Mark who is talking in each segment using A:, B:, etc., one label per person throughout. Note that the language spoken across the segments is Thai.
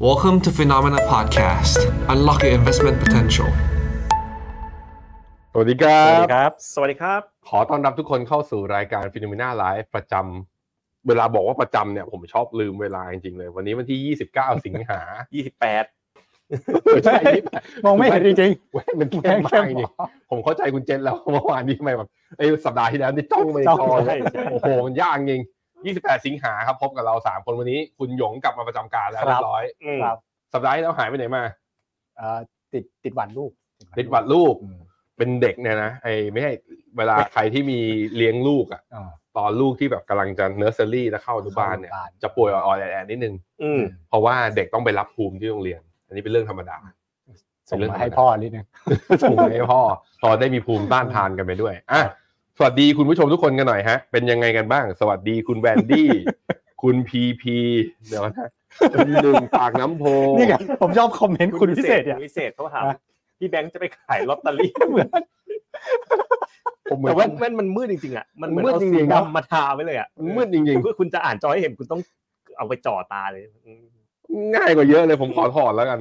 A: Welcome to Phenomena Podcast. Unlock your investment potential.
B: สวัสดีครั
C: สวัส
B: บ
C: ดีครับ สวัสดีครับ
B: ขอต้อนรับทุกคนเข้าสู่รายการฟิโนเมนาไลฟ์ประจำเวลาบอกว่าประจำเนี่ยผมชอบลืมเวลาจริงๆเลย วันนี้วันที่ 29 สิงหา
C: ยี่สิบแปด
B: เออใช่
D: มองไม่เห็นจริง
B: เว้ยมัน
D: ๆ
B: แค่มากจ
D: ห
B: ริง
D: มอ
B: ๆผมเข้าใจคุณเจนแล้วเมื่อว านนี้ทำไมแบบไอ้ยสัปดาห์ที่แล้วนี่จ้องมาในจอ
C: ใช่
B: เลย
C: ใช่
B: โอ้โหมันยากจริง28 สิงหาครับพบกับเรา 3 คนวันนี้ คุณหยงกลับมาประจำการแล้ว
D: ค
B: เรี
D: รับ
B: ยบร้อย
C: อืม
D: ครับ
B: สัปดาห์ที่แล้วหายไปไหนมา
D: เอ่อติดติดหวันลูก
B: ติดหวัดลูก
D: อืม
B: เป็นเด็กเนี่ยนะไอ้ไม่ใช่เวลาใครที่มีเลี้ยงลูกอ่ะ
D: อ่า
B: ตอนลูกที่แบบกำลังจะเนอร์เซอรี่แล้วเข้าอนุบาลเนี่ย จะป่วยอ่อนๆแอดๆนิดนึง
C: อืม
B: เพราะว่าเด็กต้องไปรับภูมิที่โรงเรียน อันนี้เป็นเรื่องธรรมดา
D: ส่งมาให้พ่อนิดนึง
B: ส่งไปให้พ่อพอได้มีภูมิต้านทานกันไปด้วยอ่ะสวัสดีคุณผู้ชมทุกคนกันหน่อยฮะ เป็นยังไงกันบ้าง สวัสดีคุณแวนดี้ คุณพีพีเดี๋ยวนะคุณหนึ่งปากน้ำโพ
D: นี่ไงผมชอบคอมเมนต์คุณพิเศษเนี่ย
C: คุณพิเศษเขาถาม
D: ฮะ
C: พี่แบงค์จะไปขายลอตเตอรี่
D: เหมือน
B: ผมเหมือ
C: แต่
B: น
C: แว่นแว่นมันมืดจริงๆอ่ะมันเหมือน
B: มืด
C: เอา
B: จริงๆ
C: สี
B: เนอะ
C: ดำมาทาไว้เลยอ่ะ
B: มันมืดจริง
C: เพื่อคุณจะอ่านจอให้เห็นคุณต้องเอาไปจ่อตาเลยอืม
B: ๆ ง่ายกว่าเยอะเลยผมขอ ถอดแล้วกัน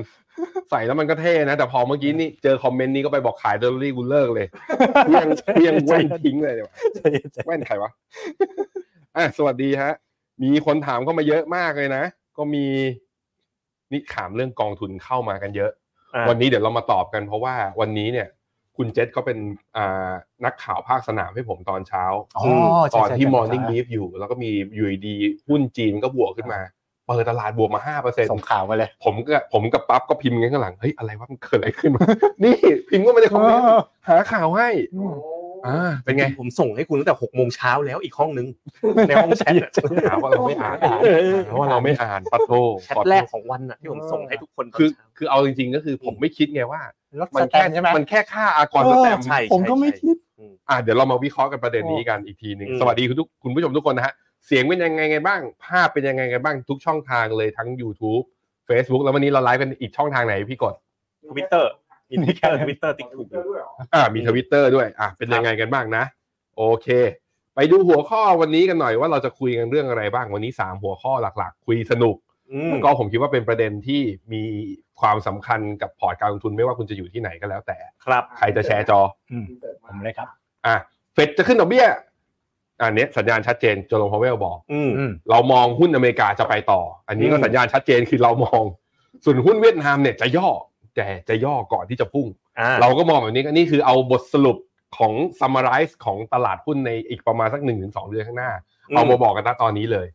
B: ใส่แล้วมันก็เท่นะ แต่พอเมื่อกี้นี่เจอคอมเมนต์นี้ก็ไปบอกขายเดลิเวอรี่กูเลิกเลย เพียงเพียงแว่นทิ้งเลยเนี่ย แว่นใครวะ อ่ะสวัสดีฮะ มีคนถามเข้ามาเยอะมากเลยนะ ก็มีนี่ถามเรื่องกองทุนเข้ามากันเยอะ
C: อ่ะ
B: วันนี้เดี๋ยวเรามาตอบกันเพราะว่าวันนี้เนี่ย คุณเจษเขาเป็นอ่านักข่าวภาคสนามให้ผมตอนเช้า
D: อ๋อใช่
B: ตอนที่
D: ใช่
B: Morning Brief อยู่ แล้วก็มีอยูดีๆหุ้นจีนก็บวกขึ้นมา เปิดตลาดบวกมาห้าเปอร์เซ็น
D: ส่งข่าวมาเลย
B: ผมก็ผมกับปั๊บก็พิมพ์กันข้างหลัง เฮ้ย อะไรวะมันเกิดอะไรขึ้นวะ นี่ พิมพ์ก็ไม่ได้คอมเมนต์หาข่าวให้อ่าเป็นไง
C: ผมส่งให้คุณตั้งแต่หกโมงเช้าแล้วอีกห้องนึ ง ในห้องแชทอะ
B: หาว่าเราไม่อ่าน
C: เออ
B: หาว่าเราไม่อ่านปัดโท
C: แชทแรกของวันอ่ะที่ผมส่งให้ทุกคนตน
B: คือ
C: เช้า
B: คือเอาจริงๆ ก็คือผมไม่คิดไงว่า
D: รถ
B: มั
D: ส
B: น
D: แต
B: แค่
D: นใช่ไหม
B: มันแค่ค่าอากรสแตมป์
C: ใช่
D: ผมก็ไม่คิด
B: อ่ะเดี๋ยวเรามาวิเคราะห์กันประเด็นนี้กันอีกทีหนึ่ง
C: อืม
B: สวัสดีคุณทุกคุณผู้ชมทุกคนนะฮะ เสียงเป็นยังไงไงบ้าง ภาพเป็นยังไงไงบ้างทุกช่องทางเลยทั้ง YouTube Facebook แล้ววันนี้เราไลฟ์กันอีกช่องทางไหนพี่กด
C: ทวิตเตอร์มีแค่ทวิตเตอร์ติ๊กถูกอยู่
B: อ่ามีทวิตเตอร์ด้วยอ่ะเป็นยังไงกันบ้างนะ โอเค ไปดูหัวข้อวันนี้กันหน่อยว่าเราจะคุยกันเรื่องอะไรบ้างวันนี้สามหัวข้อหลักๆ คุยสนุก
C: อืม
B: แล้วก็ผมคิดว่าเป็นประเด็นที่มีความสำคัญกับพอร์ตการลงทุนไม่ว่าคุณจะอยู่ที่ไหนก็แล้วแต่
C: ครับ
B: ใครจะแชร์จอ
D: อืมผมเลยครับ
B: อ่ะเฟดจะขึ้นดอกเบี้ยอันเนี้ยสัญญาณชัดเจนโจลงพาวเวลบอก
C: อืม
D: อืม
B: เรามองหุ้นอเมริกาจะไปต่อ อันนี้ก็
C: อืม
B: สัญญาณชัดเจนคือเรามอง ส่วนหุ้นเวียดนามเนี่ยจะย่อแต่จะย่อก่อนที่จะพุ่ง
C: อ่า
B: เราก็มองแบบนี้ก็นี่คือเอาบทสรุปของ summarize ของตลาดหุ้นในอีกประมาณสักหนึ่งถึงสองเดือนข้างหน้า เอามาบอกกันณตอนนี้เลย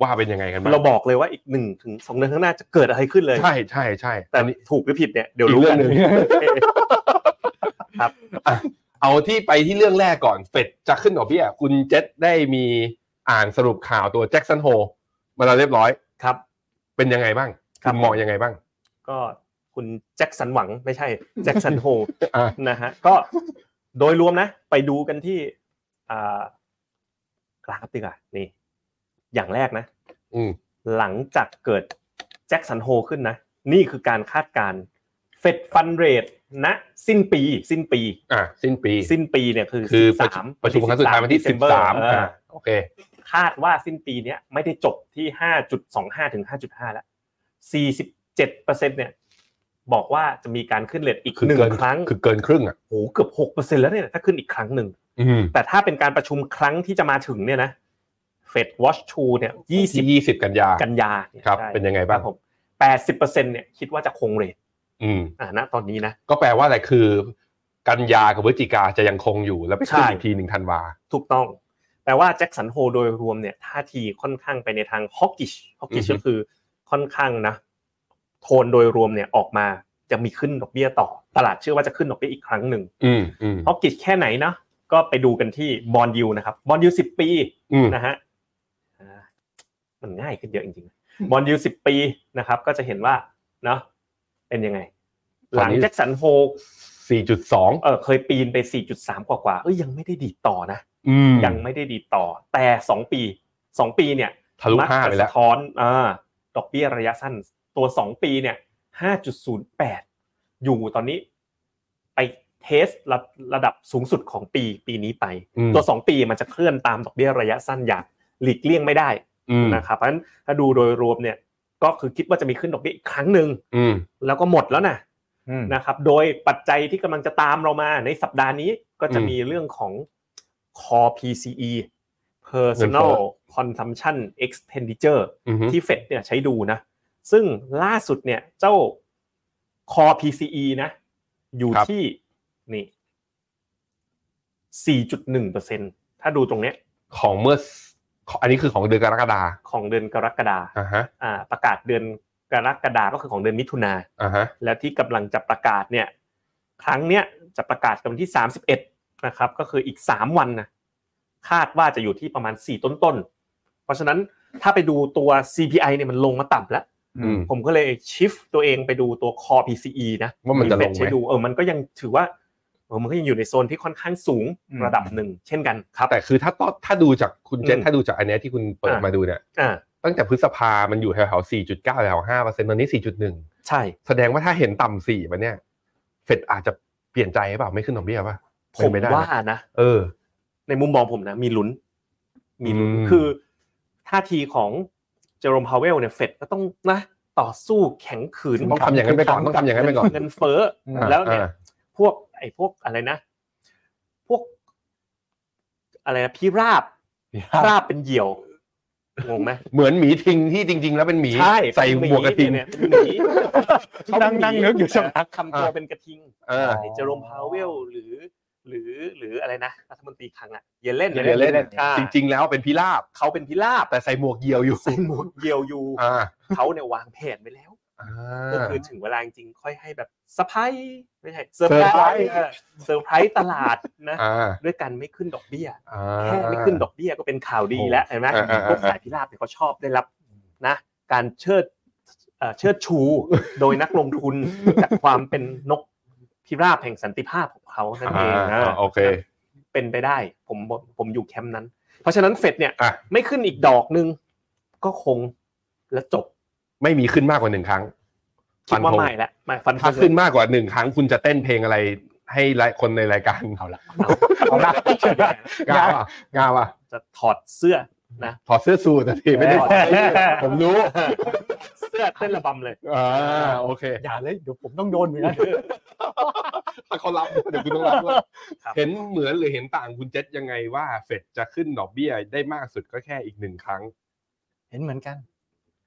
B: ว่าเป็นยังไงกันบ้าง
C: เราบอกเลยว่าอีกหนึ่งถึงสองเดือนข้างหน้าจะเกิดอะไรขึ้นเลย
B: ใช่ใช่ใช่
C: แต่
B: อันนี้
C: ถูกหรือผิดเนี่ยเดี๋ยว
B: อีก
C: รู้
B: เรื่อ
C: กั
B: ง
C: น
B: หนึ่ง เอาที่ไปที่เรื่องแรกก่อนเฟดจะขึ้นดอกเบี้ยคุณเจษได้มีอ่านสรุปข่าวตัวแจ็คสันโฮมาแล้วเรียบร้อย
C: ครับ
B: เป็นยังไงบ้าง
C: ครั
B: คุ
C: บ
B: ณมองยังไงบ้าง
C: ก็คุณแจ็คสันหวังไม่ใช่แจ็คสันโฮ
B: อ่า
C: นะฮะก็โดยรวมนะ ไปดูกันที่อ่ากราฟดีกว่านี่ อย่างแรกนะ
B: อืม
C: หลังจากเกิดแจ็คสันโฮขึ้นนะ นี่คือการคาดการเฟดฟันเรทณสิ้นปี สิ้นปี
B: อ่ะสิ้นปี
C: สิ้นปีเนี่ยคือ
B: คือ
C: สิบ
B: ประ
C: สาม
B: ประชุมครั้งสุดท้ายวันที่สิบสาม
C: เออ
B: อ่ะโอเค
C: คาดว่าสิ้นปีเนี้ยไม่ได้จบที่ 5.25 ถึง 5.5 แล้ว 47เปอร์เซ็นต์เนี่ยบอกว่าจะมีการขึ้นเลทอีก
B: คือ
C: หนึ่ง
B: เกิน
C: ครั้ง
B: คือเกินครึ่งอ่ะ
C: โอ้โหเกือบ6เปอร์เซ็นต์แล้วเนี่ยถ้าขึ้นอีกครั้งหนึ่ง
B: อืม
C: แต่ถ้าเป็นการประชุมครั้งที่จะมาถึงเนี่ยนะเฟดวอชทูเนี่ย
B: ที่ยี่สิบกันยา
C: 20 กันยาเย
B: ครับ
C: ใช่
B: เป็นยังไงบ้าง
C: ครับผม 80เปอร์เซ็นต์เนี่ยคิดว่าจะคงเรท
B: อืม
C: อ่าณตอนนี้นะ
B: ก็แปลว่าอะไรคือ กันยากับพฤศจิกาจะยังคงอยู่แล้วไปขึ้นอีกทีหนึ่งธันวา
C: ถูกต้อง แปลว่าแจ็คสันโฮโดยรวมเนี่ยท่าทีค่อนข้างไปในทางฮอกกิชฮอกกิชก็คือค่อนข้างนะ โทนโดยรวมเนี่ยออกมาจะมีขึ้นดอกเบี้ยต่อ ตลาดเชื่อว่าจะขึ้นดอกเบี้ยอีกครั้งหนึ่ง
B: อืมอืม
C: ฮอกกิชแค่ไหนนะก็ไปดูกันที่บอลยูนะครับบอลยูสิบปี
B: อืม
C: นะฮะอ่ามันง่ายขึ้นเยอะจริงๆบอลยูสิบปีนะครับ ก็จะเห็นว่าเนาะเป็นยังไง หลังแจ็คสันโฮ
B: สี่จุดสอง
C: เออเคยปีนไป 4.3 กว่าๆเอ้ยยังไม่ได้ดีดต่อนะ
B: อืม
C: ยังไม่ได้ดีดต่อ แต่สองปีสองปีเนี่ย
B: ทะลุ
C: มัก
B: ห้า
C: จะ
B: ไปแล้
C: สะ
B: ว
C: ท้อนอ่าดอกเบี้ยระยะสั้น ตัวสองปีเนี่ยห้าจุดศูนย์แปดอยู่ตอนนี้ ไปเทสระระดับสูงสุดของปีปีนี้ไป
B: อืม
C: ตัวสองปีมันจะเคลื่อนตามดอกเบี้ยระยะสั้นอย่างหลีกเลี่ยงไม่ได้
B: อืม
C: นะครับเพราะฉะนั้นถ้าดูโดยรวมเนี่ย ก็คือคิดว่าจะมีขึ้นดอกเบี้ยอีกครั้งหนึ่ง
B: อืม
C: แล้วก็หมดแล้วนะ
D: อืม
C: นะครับ โดยปัจจัยที่กำลังจะตามเรามาในสัปดาห์นี้ก็จะ
B: อืม
C: มีเรื่องของ Core PCE Personal
B: เงินเฟ้อ
C: Consumption Expenditure
B: อืมฮึ
C: ที่เฟดเนี่ยใช้ดูนะ ซึ่งล่าสุดเนี่ยเจ้า Core PCE นะ อยู่ที่นี่ 4.1เปอร์เซ็นถ้าดูตรงเนี้ย
B: ของเมื่ออันนี้คือของเดือนกรกฎา
C: ของเดือนกรกฎา
B: อ่าฮะ
C: อ่า ประกาศเดือนกรกฎาก็คือของเดือนมิถุนา
B: อ่าฮะ
C: แล้วที่กำลังจะประกาศเนี่ย ครั้งเนี้ยจะประกาศกันวันที่ 31 นะครับ ก็คืออีก 3 วันนะคาดว่าจะอยู่ที่ประมาณ 4 ต้นต้นๆเพราะฉะนั้นถ้าไปดูตัว CPI เนี่ยมันลงมาต่ำแล้ว
B: อืม
C: ผมก็เลยชิฟตัวเองไปดูตัว Core PCE นะ
B: ว่ามันจะลงไหม
C: เฟดใช้ดูเออมันก็ยังถือว่าเออมันก็ยังอยู่ในโซนที่ค่อนข้างสูง
D: อืม
C: ระดับหนึ่ง เช่นกันครับ
B: แต่คือถ้าต้อถ้าดูจากคุณเจษ
C: อืม
B: ถ้าดูจากอันเนี้ยที่คุณเปิด
C: อ่าม
B: มาดูเนี่ย
C: อ่า
B: ตั้งแต่พฤษภา มันอยู่แถวๆ 4.9 แถว5เปอร์เซ็นต์ตอนนี้ 4.1
C: ใช่
B: แสดงว่าถ้าเห็นต่ำ4มันเนี่ย เฟดอาจจะเปลี่ยนใจหรือเปล่า ไม่ขึ้นดอกเบี้ยป่ะ
C: ผ
B: เป็น
C: ม
B: ไปได้ไหม
C: ว่านะ
B: เออ
C: ในมุมมองผมนะมีลุ้น มีลุ้น
B: อืม
C: คือท่าทีของเจอร์มพาวเวลเนี่ยเฟดก็ต้องนะต่อสู้แข็งขืน
B: ต้องทำอย่างนั้นไปก่อนต้องทำอย่างนั้นไปก่อน
C: เงินเฟ้อ
D: อืม
C: แล้วเนี่ย
B: อ่า
C: พวกไอ้พวกอะไรนะ พวก อะไรนะพี่ราบ
D: ค
C: รา
D: รับ
C: บเป็นเหยี่ยวงงไหม
B: เหมือนหมีทิงที่จริง ๆ แล้วเป็นหมี
C: ใช่
B: ใส่หมวกกระทิง
C: เนี่ยเป็นหมี
D: นั่งนั่งนึกอยู่สักพัก
C: ทำตัวเป็นกระทิง
B: เออ
C: ไอ้เจอร์มพาวเวลหรือ หรือหรืออะไรนะรัฐมนตรีคลังอะเยเลน
B: เดี๋ยวเล่น
C: อ่า
B: จริง ๆ แล้วเป็นพิราบ
C: เขาเป็นพิราบ
B: แต่ใส่หมวกเหยียวอยู่
C: ใส่หมวกเยียวอยู่
B: อ่า
C: เขาเนี่ยวางแผนไว้แล้ว
B: อ่
C: ก็
B: า
C: คือถึงเวลาจริงๆค่อยให้แบบสะพายไม่ใช่เซอร์ไพร
B: surprise
C: ส์เซอร์ไพรส์ตลาดนะ
B: อ่า
C: ด้วยกันไม่ขึ้นดอกเบี้ย
B: อ่า
C: แค่ไม่ขึ้นดอกเบี้ยก็เป็นข่าวดีแล้วเห็นไหม
B: อ่าอ่าอ่า
C: พวกสายพิราบเนี่ยเขาชอบได้รับนะ การเชิดเอ่อเชิด ชูโดยนักลงทุนจากความเป็นนกพิราบแห่งสันติภาพของเขานั่นเองนะ
B: อ่าโอเค
C: เป็นไปได้ผมผมอยู่แคมป์นั้น เพราะฉะนั้นเฟดเนี่ย
B: อ่ะ
C: ไม่ขึ้นอีกดอกหนึ่งก็คงแล้วจบ
B: ไม่มีขึ้นมากกว่าหนึ่งครั้ง
C: คิดว่า
B: ฟันธง
C: ไม่ละไม่ฟันธ
B: ถ้าง ขึ้นมากกว่าหนึ่งครั้ง คุณจะเต้นเพลงอะไรให้หลายคนในรายการ
D: เอาละ
C: เอา
D: เอา ละ
B: งาว่ะงาว่ะ
C: จะถอดเสื้อนะ
B: ถอดเสื้อสูทนะทีไม่ได้ถอดเสื้อผมรู้
C: เสื้อเต้นระบำเลย
B: อ่าโอเค
D: อย่าเลยเดี๋ยวผมต้องโดนเหมือนกัน
B: ถ้าเขารับเดี๋ยวคุณต้องรับด้วย
C: ครับ
B: เห็นเหมือนหรือเห็นต่างคุณเจษยังไงว่าเฟดจะขึ้นดอกเบี้ยได้มากสุดก็แค่อีกหนึ่งครั้ง
D: เห็นเหมือนกัน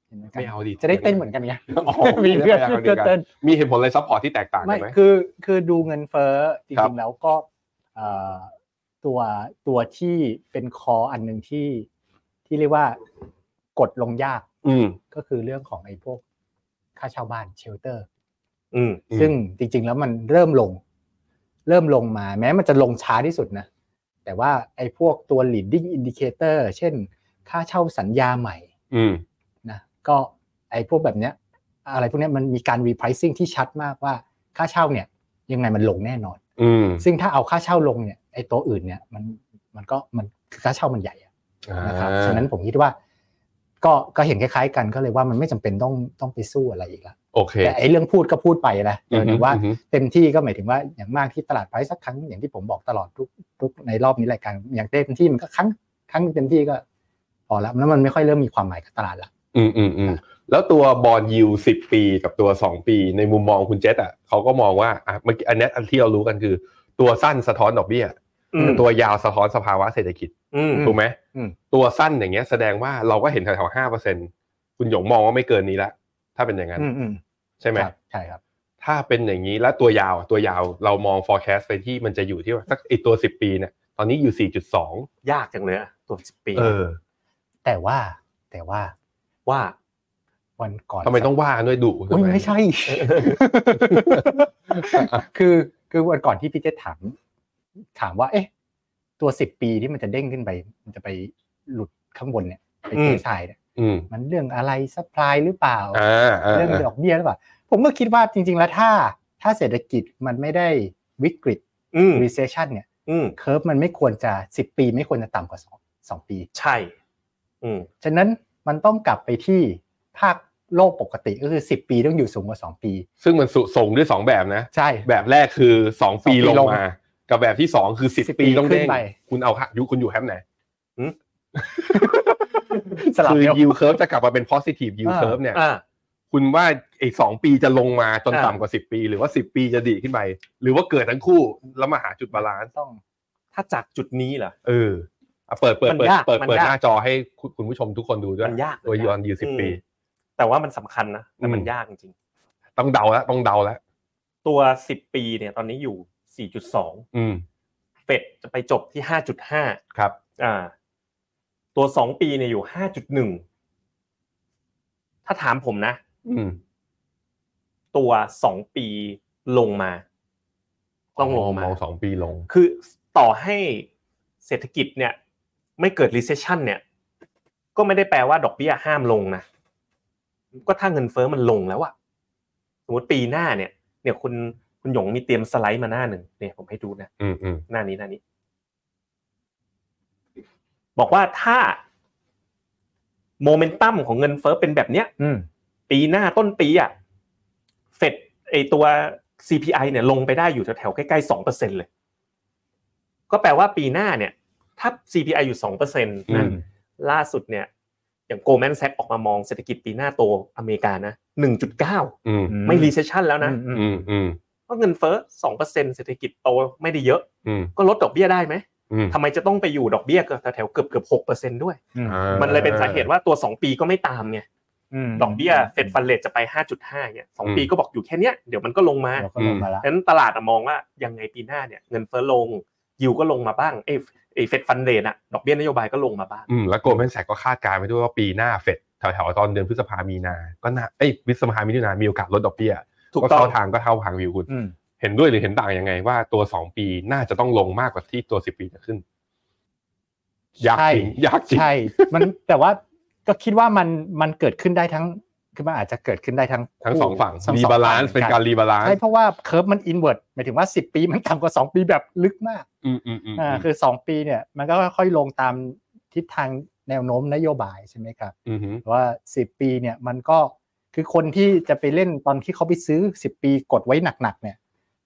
D: เห็นเหมือนกัน
B: ไม่เอาดิ
D: จะได้เต้นเหมือนกันไง
B: อ๋อ
D: มีเพื่อน
B: ไม่ได้
D: ที่จะเต้น
B: มีเหตุผลอะไรซัพพอร์ตที่แตกต่างกั
D: ไม่
B: นไหม
D: คือคือดูเงินเฟ้อจ
B: ครับ
D: ริงๆแล้วก็เอ่อตัวตัวที่เป็นคออันหนึ่งที่ที่เรียกว่ากดลงยาก
B: อืม
D: ก็คือเรื่องของไอ้พวกค่าเช่าบ้านเชลเตอร์
C: อืม
B: อืม
D: ซึ่งจริงๆแล้วมันเริ่มลง เริ่มลงมาแม้มันจะลงช้าที่สุดนะ แต่ว่าไอ้พวกตัว leading indicator เช่น ค่าเช่าสัญญาใหม่
B: อืม
D: นะก็ไอ้พวกแบบเนี้ยอะไรพวกเนี้ยมันมีการ repricing ที่ชัดมากว่าค่าเช่าเนี่ยยังไงมันลงแน่นอน
B: อืม
D: ซึ่งถ้าเอาค่าเช่าลงเนี่ยไอ้ตัวอื่นเนี่ยมันมันก็มันคือค่าเช่ามันใหญ่อะนะครับฉะนั้นผมคิดว่า ก็ก็เห็นคล้ายๆ กันก็เลยว่ามันไม่จำเป็นต้องต้องไปสู้อะไรอีกละ
B: โอเค
D: แต่ไอ้เรื่องพูดก็พูดไปนะ
B: อื
D: เดี๋ย
B: ม
D: วหรือว่า
B: อืม
D: เต็มที่ก็หมายถึงว่าอย่างมากที่ตลาดไพรซ์สักครั้งอย่างที่ผมบอกตลอดทุกทุกในรอบนี้รายการอย่างเต็มที่มันก็ครั้งครั้งเต็มที่ก็พอแล้วแล้วมันไม่ค่อยเริ่มมีความหมายกับตลาดละ
B: อืมอืมอืมแล้วตัวบอลยูสิบปีกับตัวสองปีในมุมมองคุณเจษอ่ะเขาก็มองว่าอ่ะเมื่อกี้อันเนี้ยอันที่เรารู้กันคือ ตัวสั้นสะท้อนดอกเบี้ย
C: อืม
B: ตัวยาวสะท้อนสภาวะเศรษฐกิจ
C: อืม
B: ถูกไหม
D: อืม
B: ตัวสั้นอย่างเงี้ยแสดงว่าเราก็เห็นแถวๆห้าเปอร์เซ็นคุณหยงมองว่าไม่เกินนี้ละ ถ้าเป็นอย่างนั้น
D: อืมอืม
B: ใช่ไหม
D: ครับใช่ครับ
B: ถ้าเป็นอย่างนี้แล้วตัวยาวอ่ะตัวยาวเรามอง forecast ไปที่มันจะอยู่ที่ว่าสักไอตัวสิบปีเนี่ยตอนนี้อยู่สี่จุดสอง
C: ยากจังเลยอะตัวสิบปี
B: เออ
D: แต่ว่าแต่ว่า
C: ว่า
D: วันก่อน
B: ทำไมต้องว่ากันด้วยดุ
D: อุ๊ย
B: ทำ
D: ไม่ใช่ คือคือวันก่อนที่พี่เจษถาม ถามว่า เอ๊ะ ตัวสิบปีที่มันจะเด้งขึ้นไป มันจะไปหลุดข้างบนเนี่ยไปเท
C: อืม
D: สายเนี่ย
B: อืม
D: มันเรื่องอะไรซัพพลายหรือเปล่า
B: อ่าอ่า
D: เรื่องดอกเบี้ยหรือเปล่า ผมก็คิดว่าจริง ๆ แล้วถ้า ถ้าเศรษฐกิจมันไม่ได้วิกฤต
C: อืม
D: recession เนี่ย
C: อืม
D: เค r ร์ฟมันไม่ควรจะสิบปี ไม่ควรจะต่ำกว่าสองสองปี
C: ใช่ อืม
D: ฉะนั้นมันต้องกลับไปที่ภาคโลกปกติก็คือ 10 ปีต้องอยู่สูงกว่า 2 ปี
B: ซึ่งมันสุส่งด้วยสองแบบนะ
D: ใช่
B: แบบแรกคือสองปี
D: สองปี
B: ลง
D: ลง
B: มา กับแบบที่สองคือสิบ
D: 10
B: ปีต้อง
D: ปีขึ้
B: เด้
D: น
B: ง
D: ไป
B: คุณเอาค่ะยุคคุณอยู่แฮมป์ไหน
C: สลับ
B: คือ
C: เร็ว
B: ยิวเคิร์ฟจะกลับมาเป็น positive yield curve เนี่ย
C: อ่า
B: คุณว่าไอ้สองปีจะลงมาจน
C: อ่า
B: ต่ำกว่าสิบปี หรือว่าสิบปีจะดีขึ้นไป หรือว่าเกิดทั้งคู่แล้วมาหาจุดบาลานซ์
D: ต้อง
C: ถ้าจากจุดนี้เหรอ
B: เอออ่ะเปิดเปิด
C: มัน
B: เปิด
C: ยาก
B: เปิด
C: มัน
B: เปิด
C: ยาก
B: หน้าจอให้คุณคุณผู้ชมทุกคนดูด้วย
C: มันยาก
B: ตัว
C: มั
B: ยอนยิวสิบ
C: อืม
B: ปี
C: แต่ว่ามันสำคัญนะแต่มัน
B: อืม
C: ยากจริง
B: ต้องเดาแล้วต้องเดาแล้ว
C: ๆตัว 10 ปีเนี่ยตอนนี้อยู่ 4.2
B: อืม
C: เฟดจะไปจบที่ 5.5
B: ครับ
C: อ่า ตัว 2 ปีเนี่ยอยู่ 5.1 ถ้าถามผมนะ
B: อืม
C: ตัว 2 ปีลงมา ต้องลงมา
B: มองสองปีลง
C: คือต่อให้เศรษฐกิจเนี่ย ไม่เกิด recession เนี่ย ก็ไม่ได้แปลว่าดอกเบี้ยห้ามลงนะ ก็ถ้าเงินเฟ้อมันลงแล้วอะสมมติปีหน้าเนี่ย เนี่ยคุณคุณหยงมีเตรียมสไลด์มาหน้าหนึ่งเนี่ยผมให้ดูนะ
B: อืมอืม
C: หน้านี้หน้านี้ บอกว่าถ้าโมเมนตัมของเงินเฟ้อเป็นแบบเนี้ย
D: อืม
C: ปีหน้าต้นปีอะเฟดไอตัว CPI เนี่ยลงไปได้อยู่แถวๆใกล้ๆสองเปอร์เซ็นเลย ก็แปลว่าปีหน้าเนี่ย ถ้า CPI อยู่สองเปอร์เซ็นต์
B: อื
C: นะ
B: ม
C: ล่าสุดเนี่ย อย่างโกลแมนแซกออกมามองเศรษฐกิจปีหน้าโตอเมริกานะหนึ่งจุดเก้า
B: อืม
C: ไม่รีเซชชันแล้วนะ
B: อืมอืม
C: เพราะเงินเฟ้อสองเปอร์เซ็นเศรษฐกิจโตไม่ได้เยอะ
B: อืม
C: ก็ลดดอกเบี้ยได้ไหม
B: อืม
C: ทำไมจะต้องไปอยู่ดอกเบี้ยแถวๆเกือบเกือบหกเปอร์เซ็นด้วย
B: อ่า
C: มันเลยเป็นสาเหตุว่าตัวสองปีก็ไม่ตามไง ดอกเบี้ยเฟดฟันเลทจะไป 5.5เนี่ยสองปีก็บอกอยู่แค่เนี้ยเดี๋ยวมันก็ลงมา
D: เราก็ลงมาละ
C: ดังนั้นตลาดอะมองว่ายังไงปีหน้าเนี่ยเงินเฟ้อลงยิวก็ลงมาบ้างเอยเอยเฟดฟันเลทอะดอกเบี้ยนโยบายก็ลงมาบ้าง
B: อืมแล้วโกลแมนแสกก็คาดการณ์ไว้ด้วยว่าปีหน้าเฟดแถวๆตอนเดือนพฤษภามีนา ก็น่าเอ้ยพฤษภามีนามีโอกาสลดดอกเบี้ย
C: ถูก
B: ก็
C: ต้อ
B: เข้าง ทางก็เท่าทางวิวคุณ
D: อืม
B: เห็นด้วยหรือเห็นต่างยังไงว่าตัวสองปีน่าจะต้องลงมากกว่าที่ตัวสิบปีจะขึ้น ยากจริงยากจริง
D: ใช่ มันแต่ว่าก็คิดว่ามันมันเกิดขึ้นได้ทั้งคือมันอาจจะเกิดขึ้นได้ทั้ง
B: ทั้งสองฝั่ง
D: ทั้สอบ
B: รีาลานซ์
D: ฝั่ง
B: เป็นการรีบาลานซ์
D: ใช่เพราะว่าเคิร์ฟมันอินเวอร์หมายถึงว่า 10 ปีมันต่ำกว่า 2 ปีแบบลึกมาก
B: อืมอืมอืม
D: อ่าคือ 2 ปีเนี่ยมันก็ค่อยๆลงตามทิศทางแนวโน้มนโยบายใช่ไหมครับ
B: อืมอืม
D: ว่า 10 ปีเนี่ยมันก็คือคนที่จะไปเล่นตอนที่เขาไปซื้อ 10 ปีกดไว้หนักๆเนี่ย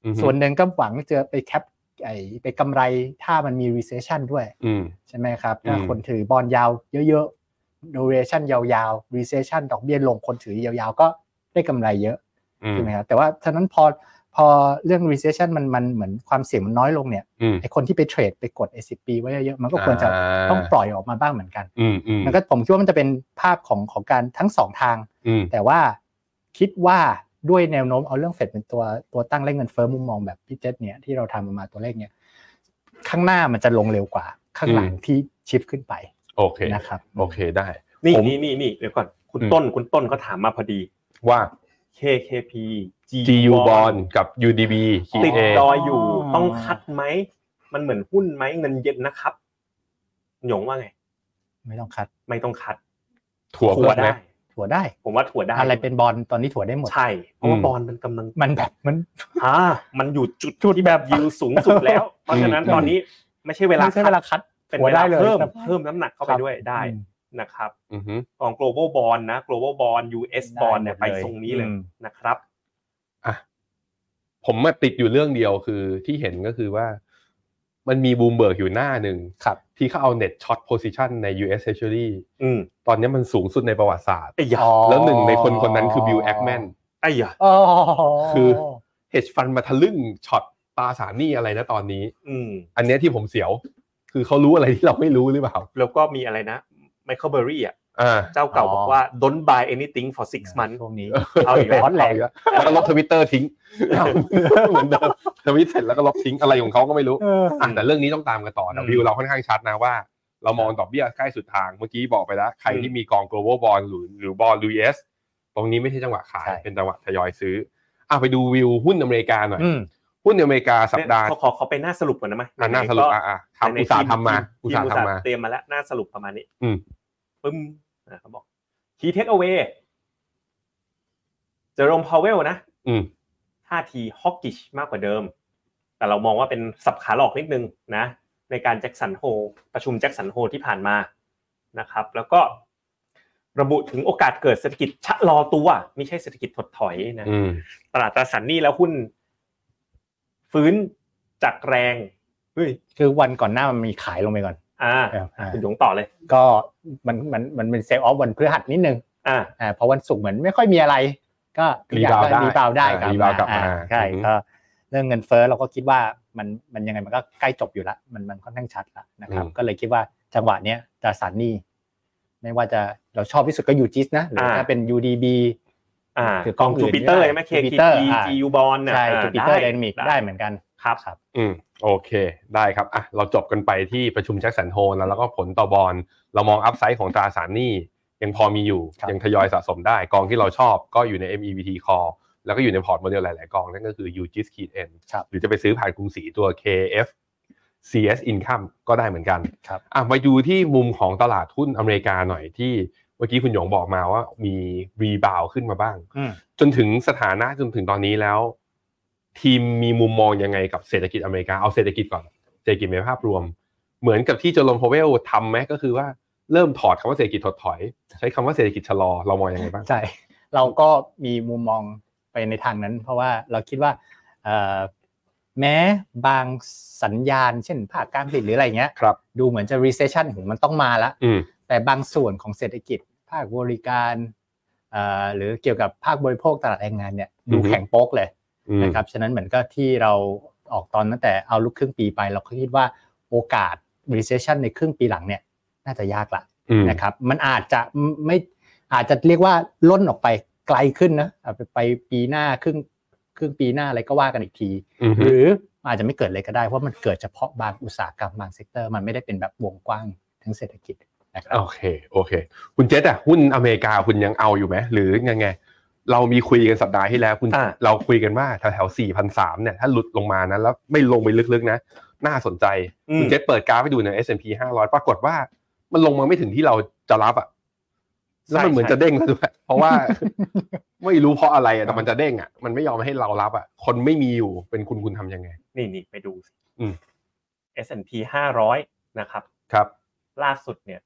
B: อืม
D: ส่วนหนึ่งก็หวังจะไปแคปไอ้ไปกำไรถ้ามันมี recession ด้วย
B: อืม
D: ใช่ไหมครับถ้า
B: อืม
D: คนถือบอลยาวเยอะๆ duration ยาวๆ recession ดอกเบี้ยลงคนถือยาวๆ ก็ได้กำไรเยอะ
B: อืม
D: ใช่ไหมครับแต่ว่าฉะนั้นพอพอเรื่อง recession มันมันเหมือนความเสี่ยงมันน้อยลงเนี่ย
B: อืม
D: ไอ้คนที่ไปเทรดไปกดไอ้สิปีไว้เยอะๆมันก็ควรจะต้องปล่อยออกมาบ้างเหมือนกัน
B: อืมอืม
D: มันก็ผมคิดว่ามันจะเป็นภาพของของการทั้งสองทาง
B: อืม
D: แต่ว่าคิดว่าด้วยแนวโน้มเอาเรื่องเฟดเป็นตัวตัวตั้งและเงินเฟ้อมุมมองแบบพี่เจษเนี่ยที่เราทำมาตัวเลขเนี่ยข้างหน้ามันจะลงเร็วกว่า ข้างหลังที่ชิฟขึ้นไป
B: โอเค
D: นะครับ
B: โอเคได้
C: นี่
B: ผม
C: นี่นี่นี่เดี๋ยวก่อน คุณ
B: อืม
C: ต้นคุณต้นก็ถามมาพอดี
B: ว่า
C: KKP
B: GU bond กับ UDB ขีด
C: ติด
B: A
C: ดอยอยู่
D: อ๋อ
C: ต้องคัดไหม มันเหมือนหุ้นไหมเงินเย็นนะครับหยงว่าไง
D: ไม่ต้องคัด
C: ไม่ต้องคัด
B: ถั่ว
C: ถั่
B: เพื่
C: ว
B: อนไหม
C: ได้
D: ถั่วได้
C: ผมว่าถั่วได้
D: อะไรเป็นบอลตอนนี้ถั่วได้หมด
C: ใช่เพราะว่า
B: อืม
C: บอลมันกำลัง
D: มันแบบมัน
C: อ่ามันอยู่จุด
D: จุด
C: ที่แบบ
D: แบบ
C: ยิวสูงสุดแล้ว เพราะฉะนั้น
B: อืม
C: ตอนนี้ไม่ใช่เวลา
D: ไม่ใช่เวลาคัด
C: เป็น
D: หัว
C: เว
D: ได้
C: ลา
D: เลย
C: เพิ่ม
D: ครับ
C: เพิ่มน้ำหนักเข้าไป
D: ครับ
C: ด้วยได้
D: อืม
C: นะครับ
B: อือหือ
C: ของ global bond นะ global bond US
D: ได้
C: bond เนี่ย
D: หม
C: ไป
D: ดเลย
C: ทรงนี้เลย
D: อืม
C: นะครับ
B: อ่ะผมมาติดอยู่เรื่องเดียวคือที่เห็นก็คือว่า มันมีบูมเบิร์กอยู่หน้าหนึ่ง
D: ครับ
B: ที่เขาเอาเน็ตช็อตโพซิชันใน US Treasury
C: อืม
B: ตอนนี้มันสูงสุดในประวัติศาสตร์
C: ไอ้ยา
D: อ๋อ
B: แล้วหนึ่งในคนคนนั้นคือบิลแอคแมน
C: ไอ้ยา
D: อ๋อ
B: คือ เฮดฟันมาทะลึ่งช็อตตราสารหนี้อะไรนะตอนนี้
C: อืม
B: อันเนี้ยที่ผมเสียว คือเขารู้อะไรที่เราไม่รู้หรือเปล่า
C: แล้วก็มีอะไรนะ Michael Burry อ่ะ
B: อ่า
C: เจ้าเก่าบอกว่า don't buy anything for six months
D: พวกนี้
C: เอาอีกแล้ว
D: ร้อนแร
B: เา
D: ง
B: อีกแล้วแล้วก็ลบทวิตเตอร์ทิ้งเหมือนเดิมทวิตเสร็จแล้วก็ลบทิ้งอะไรของเขาก็ไม่รู้
D: เออ
B: อ่ะแต่เรื่องนี้ต้องตามกันต่อนะ
C: อืม
B: วิวเราค่อนข้างชัดนะว่า เรามองดอกเบี้ยใกล้สุดทางเมื่อกี้บอกไปแล้ว ใครที่มีกอง global bond หรือหรือบอล US ตรงนี้ไม่ใช่จังหวะขาย
D: ใช่
B: เป็นจังหวะทยอยซื้ออ่ะไปดูวิวหุ้นอเมริกาหน่อย
D: อืม
B: หุ้นอเมริกาสัปดาห์
C: เนี่ยขอขอขอไปหน้าสรุปก่อนนะมั้ย
B: อ่ะน่าสรุปอ่ะอ่ะทำอุตสาหกรรมมาอุตสาหกรรมมา
C: เตรียมมาแล้วหน้าสรุปประมาณนี้
B: อืม
C: ปึ้มนะเขาบอก key takeaway เจอโรมพาวเวลนะ
B: อืม
C: ท่าทีฮอกกิชมากกว่าเดิม แต่เรามองว่าเป็นสับขาหลอกนิดนึงนะ ในการแจ็คสันโฮประชุมแจ็คสันโฮที่ผ่านมานะครับ แล้วก็ระบุถึงโอกาสเกิดเศรษฐกิจชะลอตัว ไม่ใช่เศรษฐกิจถดถอยนะ
B: อืม
C: ตลาดตราสารหนี้แล้วหุ้น ฟื้นจากแรงเฮ้ย
D: คือวันก่อนหน้ามันมีขายลงไปก่อน
C: อ่ อ่า
D: เอออ่า
C: คุณหยงต่อเลย
D: ก็มันมันมันเป็นเซลล์ออฟวันพฤหัสนิดนึง
C: อ่า
D: อ่าเพราะวันศุกร์เหมือนไม่ค่อยมีอะไร ก็ทุกอย่งก็
B: Rebound ได้
D: rebound ได้
B: อ่า rebound กลับมา
D: อ่ใช่
B: อือฮึ
D: ก็เรื่องเงินเฟ้อเราก็คิดว่ามันมันยังไงมันก็ใกล้จบอยู่ละมันมันค่อนข้างชัดละนะครับ ก็เลยคิดว่าจังหวะเนี้ยตราสารหนี้ไม่ว่าจะเราชอบที่สุดก็ยูจิสนะหรือ
C: อ่า
D: ถ้าเป็น UDB
C: อ่า
D: ถือกล้องอื่น
C: จูปิเตอร์
D: ได้
C: ใช่ไหม
D: Jupiter อ่า
C: KKG u b o n
D: ใช่
C: น่ะา
D: จูปิเตอร์ได
C: ได้
D: นามิกได้เหมือนกัน
C: ครับ
D: ครับ
B: อืมโอเค ได้ครับอ่ะเราจบกันไปที่ประชุมแจ็คสันโฮแล้วแล้วก็ผลต่อบอลเรามองอัพไซด์ของตราสารหนี้ยังพอมีอยู่
D: ครับ
B: ยังทยอยสะสมได้ กองที่เราชอบก็อยู่ใน MEVT Call แล้วก็อยู่ในพอร์ตโมเดลหลาย ๆ กอง นั่นก็คือ UGIS ขีด N
D: ครับ
B: หรือจะไปซื้อผ่านกรุงศรีตัว KF CS Income ก็ได้เหมือนกัน
D: ครับ
B: อ่ะมาดูที่มุมของตลาดหุ้นอเมริกาหน่อยที่เมื่อกี้คุณหยงบอกมาว่ามีรีบาวขึ้นมาบ้าง
D: อืม
B: จนถึงสถานะจนถึงตอนนี้แล้ว ทีมมีมุมมองยังไงกับเศรษฐกิจอเมริกาเอาเศรษฐกิจก่อนเศรษฐกิจในภาพรวม เหมือนกับที่โจลมพาวเวลทำไหมก็คือว่าเริ่มถอดคำว่าเศรษฐกิจถดถอย ใช้คำว่าเศรษฐกิจชะลอเรามองยังไงบ้าง
D: ใช่ เราก็มีมุมมองไปในทางนั้น เพราะว่าเราคิดว่าเอ่อแม้บางสัญญาณ เช่นภาคการผลิตหรืออะไรเงี้ย
B: ครับ
D: ดูเหมือนจะ recession หูมันต้องมาละ
B: อืม
D: แต่บางส่วนของเศรษฐกิจ ภาคบริการเอ่อหรือเกี่ยวกับภาคบริโภคตลาดแรงงานเนี่ยดู
B: อือฮึ
D: แข็งโป๊กเลย
B: อืม
D: นะครับ ฉะนั้นเหมือนก็ที่เราออกตอนตั้งแต่เอาลุกครึ่งปีไป เราก็คิดว่าโอกาส recession ในครึ่งปีหลังเนี่ยน่าจะยากละ
B: อืม
D: นะครับมันอาจจะไม่อาจจะเรียกว่าล่นออกไปไกลขึ้นนะอาจจะไปปีหน้าครึ่งครึ่งปีหน้าอะไรก็ว่ากันอีกที
B: อืม
D: หรืออาจจะไม่เกิดเลยก็ได้เพราะมันเกิดเฉพาะบางอุตสาหกรรมบางเซกเตอร์ มันไม่ได้เป็นแบบวงกว้างทั้งเศรษฐกิจนะครับ
B: โอเค โอเค คุณเจษอะหุ้นอเมริกาคุณยังเอาอยู่ไหมหรือยังไง เรามีคุยกันสัปดาห์ที่แล้ว คุณ
C: อ่า
B: เราคุยกันว่าแถวแถวสี่พันสามเนี่ย ถ้าหลุดลงมานะแล้วไม่ลงไปลึกๆนะ น่าสนใจ
C: อืม
B: คุณเจษเปิดกราฟไปดูใน S&P 500 ปรากฏว่ามันลงมาไม่ถึงที่เราจะรับอะแล้วมันเหมือนจะเด้งแล้วด้วยเพราะ ว่า ไม่รู้เพราะอะไรอะแต่มันจะเด้งอะมันไม่ยอมให้เรารับอะคนไม่มีอยู่เป็นคุณคุณทำยังไง
C: นี่นี่ไปดูสิ
B: อืม
C: S&P ห้าร้อยนะครับ
B: ครับ
C: ล่าสุดเนี่ย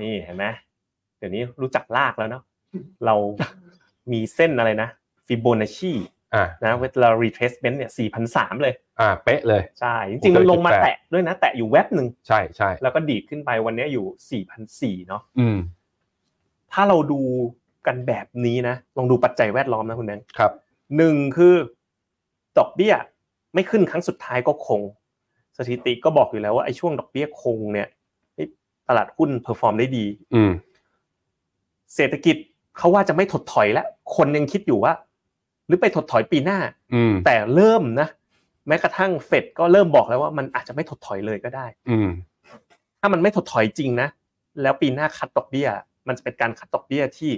C: นี่เห็นไหมเดี๋ยวนี้รู้จักลากแล้วเนาะเรามีเส้นอะไรนะฟิโบนัชชี
B: อ่า
C: นะเวลา retracement เนี่ยสี่พันสามเลย
B: อ่า เป๊ะเลย
C: ใช่ จริงๆ มันลงมา
B: ผมเคยคิดแปลก
C: แตะด้วยนะ แตะอยู่แวบหนึ่ง
B: ใช่ใช่
C: แล้วก็ดีดขึ้นไปวันนี้อยู่สี่พันสี่เนาะ
B: อืม
C: ถ้าเราดูกันแบบนี้นะ ลองดูปัจจัยแวดล้อมนะคุณแบงค์
B: ครับ
C: หนึ่งคือดอกเบี้ยไม่ขึ้นครั้งสุดท้ายก็คง สถิติก็บอกอยู่แล้วว่าไอ้ช่วงดอกเบี้ยคงเนี่ยเฮ้ยตลาดหุ้นเพอร์ฟอร์มได้ดี
B: อืม
C: เศรษฐกิจเขาว่าจะไม่ถดถอยแล้ว คนยังคิดอยู่ว่า หรือไปถดถอยปีหน้า
B: อืม
C: แต่เริ่มนะ แม้กระทั่งเฟดก็เริ่มบอกแล้วว่ามันอาจจะไม่ถดถอยเลยก็ได้
B: อืม
C: ถ้ามันไม่ถดถอยจริงนะ แล้วปีหน้าคัดดอกเบี้ย มันจะเป็นการคัดดอกเบี้ยที่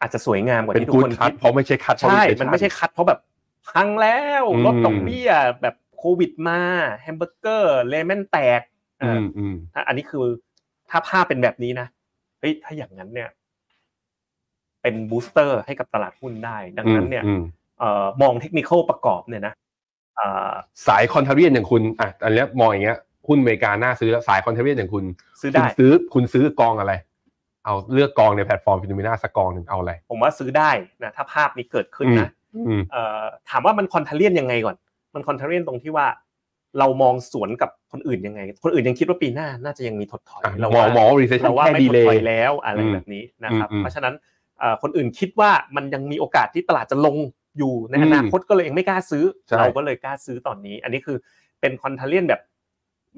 C: อาจจะสวยงามกว่า
B: เป็น
C: ที่ทุ
B: กู
C: ก
B: ด
C: คน
B: คั
C: คิ
B: ด
C: ด
B: เพราะไม่ใช่คัดเพราะ
C: ใช่ มันไม่ใช่คัดเพราะแบบพังแล้ว
B: อืม
C: ลดดอกเบี้ยแบบโควิดมาแฮมเบอร์เกอร์เลมอนแตก
B: อื
C: อ่า
B: มอืม
C: อ่ะอันนี้คือถ้าภาพเป็นแบบนี้นะเฮ้ยถ้าอย่างนั้นเนี่ย เป็นบูสเตอร์ให้กับตลาดหุ้นได้ ดังนั้นเนี่ย
B: อืม
C: เอ่อมองเทคนิคอลประกอบเนี่ยนะเอ่อ
B: สายคอนเทเรียนอย่างคุณอ่ะอันเนี้ยมองอย่างเงี้ยหุ้นอเมริกาน่าซื้อแล้วสายคอนเทเรียนอย่างคุณ
C: ซื้อ
B: คุณ
C: ได้
B: ซื้อคุณซื้อกองอะไร เอาเลือกกองในแพลตฟอร์มฟิโนเมนาสักกองหนึ่งเอาอะไร
C: ผมว่าซื้อได้นะถ้าภาพนี้เกิดขึ้นนะ
B: อืม
C: เอ่อถามว่ามันคอนเทเลียนยังไงก่อน มันคอนเทเลียนตรงที่ว่า เรามองสวนกับคนอื่นยังไง คนอื่นยังคิดว่าปีหน้าน่าจะยังมีถดถอย
B: อ่ะ
C: เรา
B: หมอ
C: ว่า
B: หมอรีเซช
C: เราว่า
B: แค่
C: ไม่
B: ดี
C: ถด
B: เลย
C: ถอยแล้วอะไร
B: อืม
C: แบบนี้นะครับ
B: อืมอืม
C: เพราะฉะนั้นเอ่อคนอื่นคิดว่ามันยังมีโอกาสที่ตลาดจะลงอยู่ในอนาคตก็เลยยังไม่กล้าซื้อ เราก็เลยกล้าซื้อตอนนี้ อันนี้คือเป็นคอนเทเลียนแบบ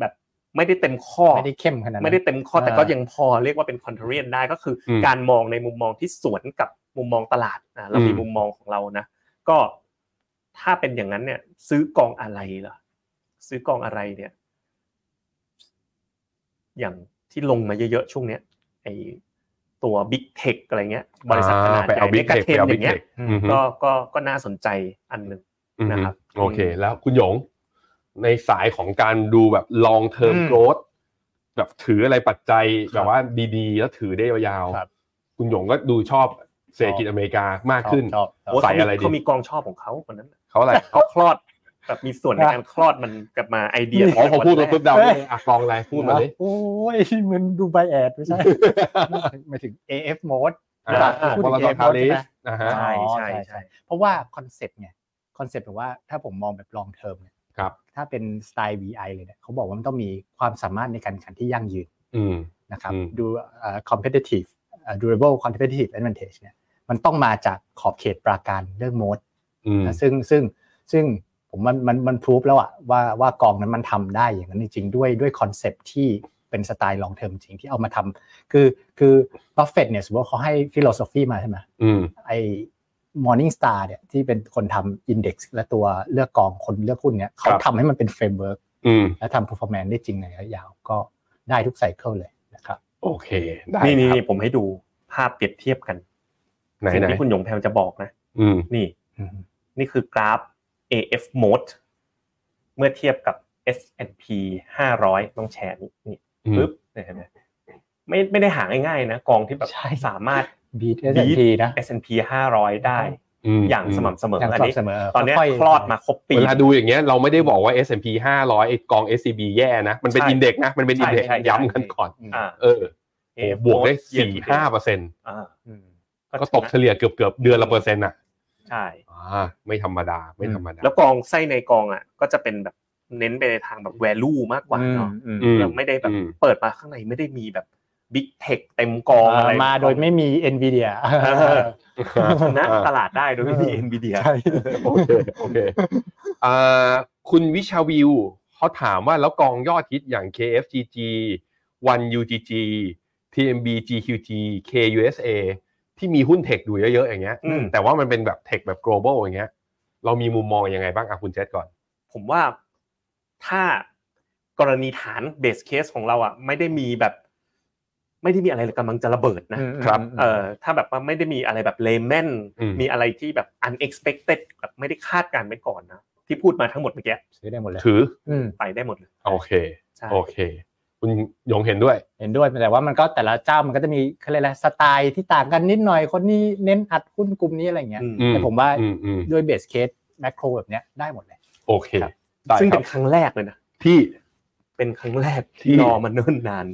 C: แบบไม่ได้เต็มข้อ
D: ไม่ได้เข้มขนาดนั้น
C: ไม่ได้เต็มข้อแต่
D: อ่า
C: ก็ยังพอเรียกว่าเป็นคอนเทเลียนได้ก็คืออ
B: ม
C: การมองในมุมมองที่สวนกับมุมมองตลาดอ่ะเรามี
B: อืม
C: มุมมองของเรานะ ก็ถ้าเป็นอย่างนั้นเนี่ย ซื้อกองอะไรล่ะ ซื้อกองอะไรเนี่ย อย่างที่ลงมาเยอะๆช่วงเนี้ยไอตัว Big Tech อะไรเงี้ย บริษัทขนาด
B: ไป
C: ใหญ่
B: เอาบิ๊ก
C: กระ
B: เทค
C: เท
B: ไป
C: ม
B: เอา
C: อ
B: บิ๊กเท
C: ย่างเงี้
B: ค
C: ย
D: อืม
C: ก็ก็ก็น่าสนใจอันหนึ่ง นะครับ
B: โอเค
C: อืม
B: แล้วคุณหยง ในสายของการดูแบบ long term
D: อืม
B: growth แบบถืออะไรปัจจัยแบบว่าดีๆ แล้วถือได้ยาว
D: ครับ
B: ๆคุณหยงก็ดูชอบเศรษฐกิจอเมริกามากขึ้น
D: ชอบชอบ
C: โอ้
B: ใส่
C: เขามี
B: อะไรดี
C: เขามีกองชอบของเขาคนนั้นน่ะ
B: เขาอะไร
C: เขาคลอดแบบมีส่วนในการคลอดมันกลับมาไอเดีย
B: อ๋อพอพูดมาปุ๊บเดา
C: แรก
B: เลยอ่ะกองอะไรพูดมาเลย
D: โอ้ยเหมือนดูใบแอดไม่ใช่ หมายถึง AF mode
B: อ่ะ
C: อ่ะ
B: มอลลาร์ทาริสนะฮะ
C: ใช่
D: อ๋อ
C: ใช่ใช่
D: เพราะว่าคอนเซ็ปต์ไงคอนเซ็ปต์แบบว่าถ้าผมมองแบบ long term เนี่ย
B: ครับ
D: ถ้าเป็นสไตล์ VI เลยเนี่ยเขาบอกว่ามันต้องมีความสามารถในการแข่งขันที่ยั่งยืน
B: อืม
D: นะครับ
B: อืม
D: ดูเอ่อ competitive เอ่อ durable competitive advantage เนี่ยมันต้องมาจากขอบเขตปราการเรื่องโมด
B: อืม
D: นะซึ่งซึ่งซึ่งผมมันมันมันพูฟแล้วอะว่าว่ากองนั้นมันทำได้อย่างนั้นจริงๆด้วยด้วยคอนเซปต์ที่เป็นสไตล์ลองเทอมจริงที่เอามาทำคือคือบัฟเฟตเนี่ยสมมติว่าเขาให้ฟิโลโซฟีมาใช่ไหม
B: อืม
D: ไอ้มอร์นิ่งสตาร์เนี่ยที่เป็นคนทำอินเด็กซ์และตัวเลือกกองคนเลือกหุ้นเนี่ยเขา
B: ครับ
D: ทำให้มันเป็นเฟรมเวิร์ก
B: อืม
D: และทำ performance ได้จริงในระยะยาวก็ได้ทุกไซเคิลเลยนะครับ
B: โอเค ได้
C: นี่นี่
B: ครับ
C: นี่ผมให้ดูภาพเปรียบเทียบกัน
B: ไหน
C: สิ่ง
B: ไหน
C: ที่คุณหยงแพลจะบอกนะ
B: อืม
C: นี่
D: อืม
C: นี่คือกราฟ AF mode เมื่อเทียบกับ S&P 500 ต้องแชร์นี่นี่
B: อืม
C: ปึ๊บเนี่ยเห็นไหมไม่ไม่ได้หาง่ายๆนะ กองที่แบบ
D: ใช่
C: สามารถ
D: บีทเอส
C: beat
D: พีนะ
C: S&P 500 ได้
B: อืม
C: อย่างสม่ำเสมอ
D: อย่าง
C: อัน
D: ส
C: นี้
D: ม่ำเสมอ
C: ตอนเนี้ย
D: ค่อยๆ
C: คลอดมาครบปี
B: เวลาดูอย่างเงี้ยเราไม่ได้บอกว่า S&P 500ไอ้กอง SCB แย่นะ มันเป็น
C: ใช่
B: อินเด็กซ์นะ มันเป็น
C: ใช่
B: อินเด็กซ์
C: ใช่ใช่
B: ย้ำกันก่อน
D: ม
C: อ่า
B: เออโอ้
C: AF
B: บวกได้
C: mode year
B: สี่
C: to date
B: ห้าเปอร์เซ็นต์
C: อ่า
D: อืม
B: ก็ตกเฉลี่ยเกือบเกือบๆเดือนละเปอร์เซ็นต์อ่ะ
C: ใช่
B: อ่าไม่ธรรมดาไม่ธรรมดา
C: แล้วกองไส้ในกองอ่ะ ก็จะเป็นแบบเน้นไปในทางแบบ value มากกว่าเนาะ
D: อืม
B: อืม
C: ยังไม่ได้แบบ
B: อืม
C: เปิดมาข้างในไม่ได้มีแบบ big tech เต็มกองอะไร
D: เมาโดยไม่มี NVIDIA
C: อ ชนะ
B: อ่า
C: ตลาดได้โดยไม่มี Nvidia
D: ใช่
B: โอเคโอเคอ่าคุณวิชาวิวเขาถามว่าแล้วกองยอดฮิตอย่าง KFGG 1 UGG TMB GQG KUSA ที่มีหุ้นเทคดูเยอะๆอย่างเงี้ย
C: อืม
B: แต่ว่ามันเป็นแบบเทคแบบ global อย่างเงี้ย เรามีมุมมองยังไงบ้างอ่ะคุณเจษก่อน
C: ผมว่าถ้ากรณีฐานเบสเคสของเราอ่ะไม่ได้มีแบบ ไม่ได้มีอะไรเลยกำลังจะระเบิดนะ
B: ครับ
C: เออถ้าแบบว่าไม่ได้มีอะไรแบบเลแมน
B: อืม
C: มีอะไรที่แบบ unexpected แบบไม่ได้คาดการณ์ไว้ก่อนนะที่พูดมาทั้งหมดเมื่อกี้
D: ซื้อได้หมดเลย
B: ถือ
D: อืม
C: ไปได้หมดเลย
B: โอเค
C: ใช่
B: โอเค คุณยงเห็นด้วย
D: เห็นด้วยแต่ว่ามันก็แต่ละเจ้ามันก็จะมีเขาเรียกอะไรสไตล์ที่ต่างกันนิดหน่อยคนนี้เน้นอัดหุ้นกลุ่มนี้อะไรเงี้ย
C: อืม
B: อืม
D: แต่ผมว่า
B: อืมอืม
D: ด้วยเบสเคสแมคโครแบบเนี้ยได้หมดเลย
B: โอเค
D: ครับ
B: ได้
C: ซึ่ง
B: ค
C: เป็
B: รับ
C: นครั้งแรกเลยนะ
B: ที่
C: เป็นครั้งแรก
B: ที่
C: ที่รอมาเนิ่นนาน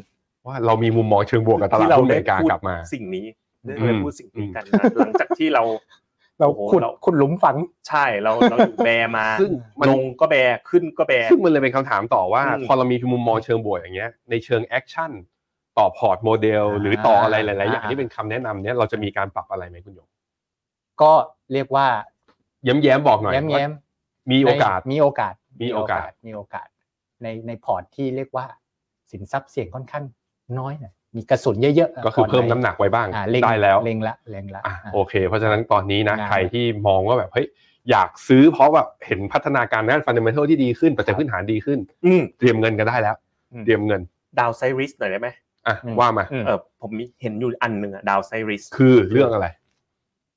B: ว่าเรามีมุมมองเชิงบวกกับตลาด
C: ที่เรา
B: หุ้นอเม
C: ได้
B: ริกา
C: พูด
B: กลับมา
C: สิ่งนี้ได้
B: อืม
C: ได้พูดสิ่งนี้กันนะหลังจากที่เรา
D: เรา
C: โอ้โห
D: ขุด
C: เรา
D: ขุดหลุมฝัง
C: ใช่เราเราอยู่แบร์มา
B: ซึ่งมัน
C: ลงก็แบร์ขึ้นก็แบร์
B: ซึ่งมันเลยเป็นคำถามต่อว่า
C: อืม
B: พอเรามีมุมมองเชิงบวกอย่างเงี้ยในเชิงแอคชั่นต่อพอร์ตโมเดล
D: อ่า
B: หรือต่ออะไรหลายๆอย่าง
D: อ่า
B: ที่เป็นคำแนะนำเนี้ยเราจะมีการปรับอะไรไหมคุณหยง
D: ก็เรียกว่า
B: แย้มๆบอกหน่อย
D: แย้ม
B: ว่า
D: แย้ม
B: มีโอกาส
D: มีโอกาส
B: มีโอกาส
D: มีโอกาสในในพอร์ตที่เรียกว่าสินทรัพย์เสี่ยงค่อนข้างน้อยหน่อยมีกระสุนเยอะๆ
B: ก็คือเพิ่มน้ำหนักไว้บ้าง
D: อ่าเล็ง
B: ได้แล้ว
D: เล็งละเล็งละ
B: อ่ะ
D: อ่า
B: โอเค เพราะฉะนั้นตอนนี้นะ
D: ได้
B: ใครที่มองว่าแบบเฮ้ยอยากซื้อเพราะแบบเห็นพัฒนาการด้านฟันเดเมนทัลที่ดีขึ้นปัจจัยพื้นฐานดีขึ้น
C: อืม
B: เตรียมเงินก็ได้แล้ว เตรียมเงิน
C: ดาวไซริสหน่อยได้ไหม
B: อ่ะ
D: อืม
B: ว่ามา
D: อืม
C: เออผมมีเห็นอยู่อันหนึ่งอะดาวไซริส
B: คือเรื่องอะไร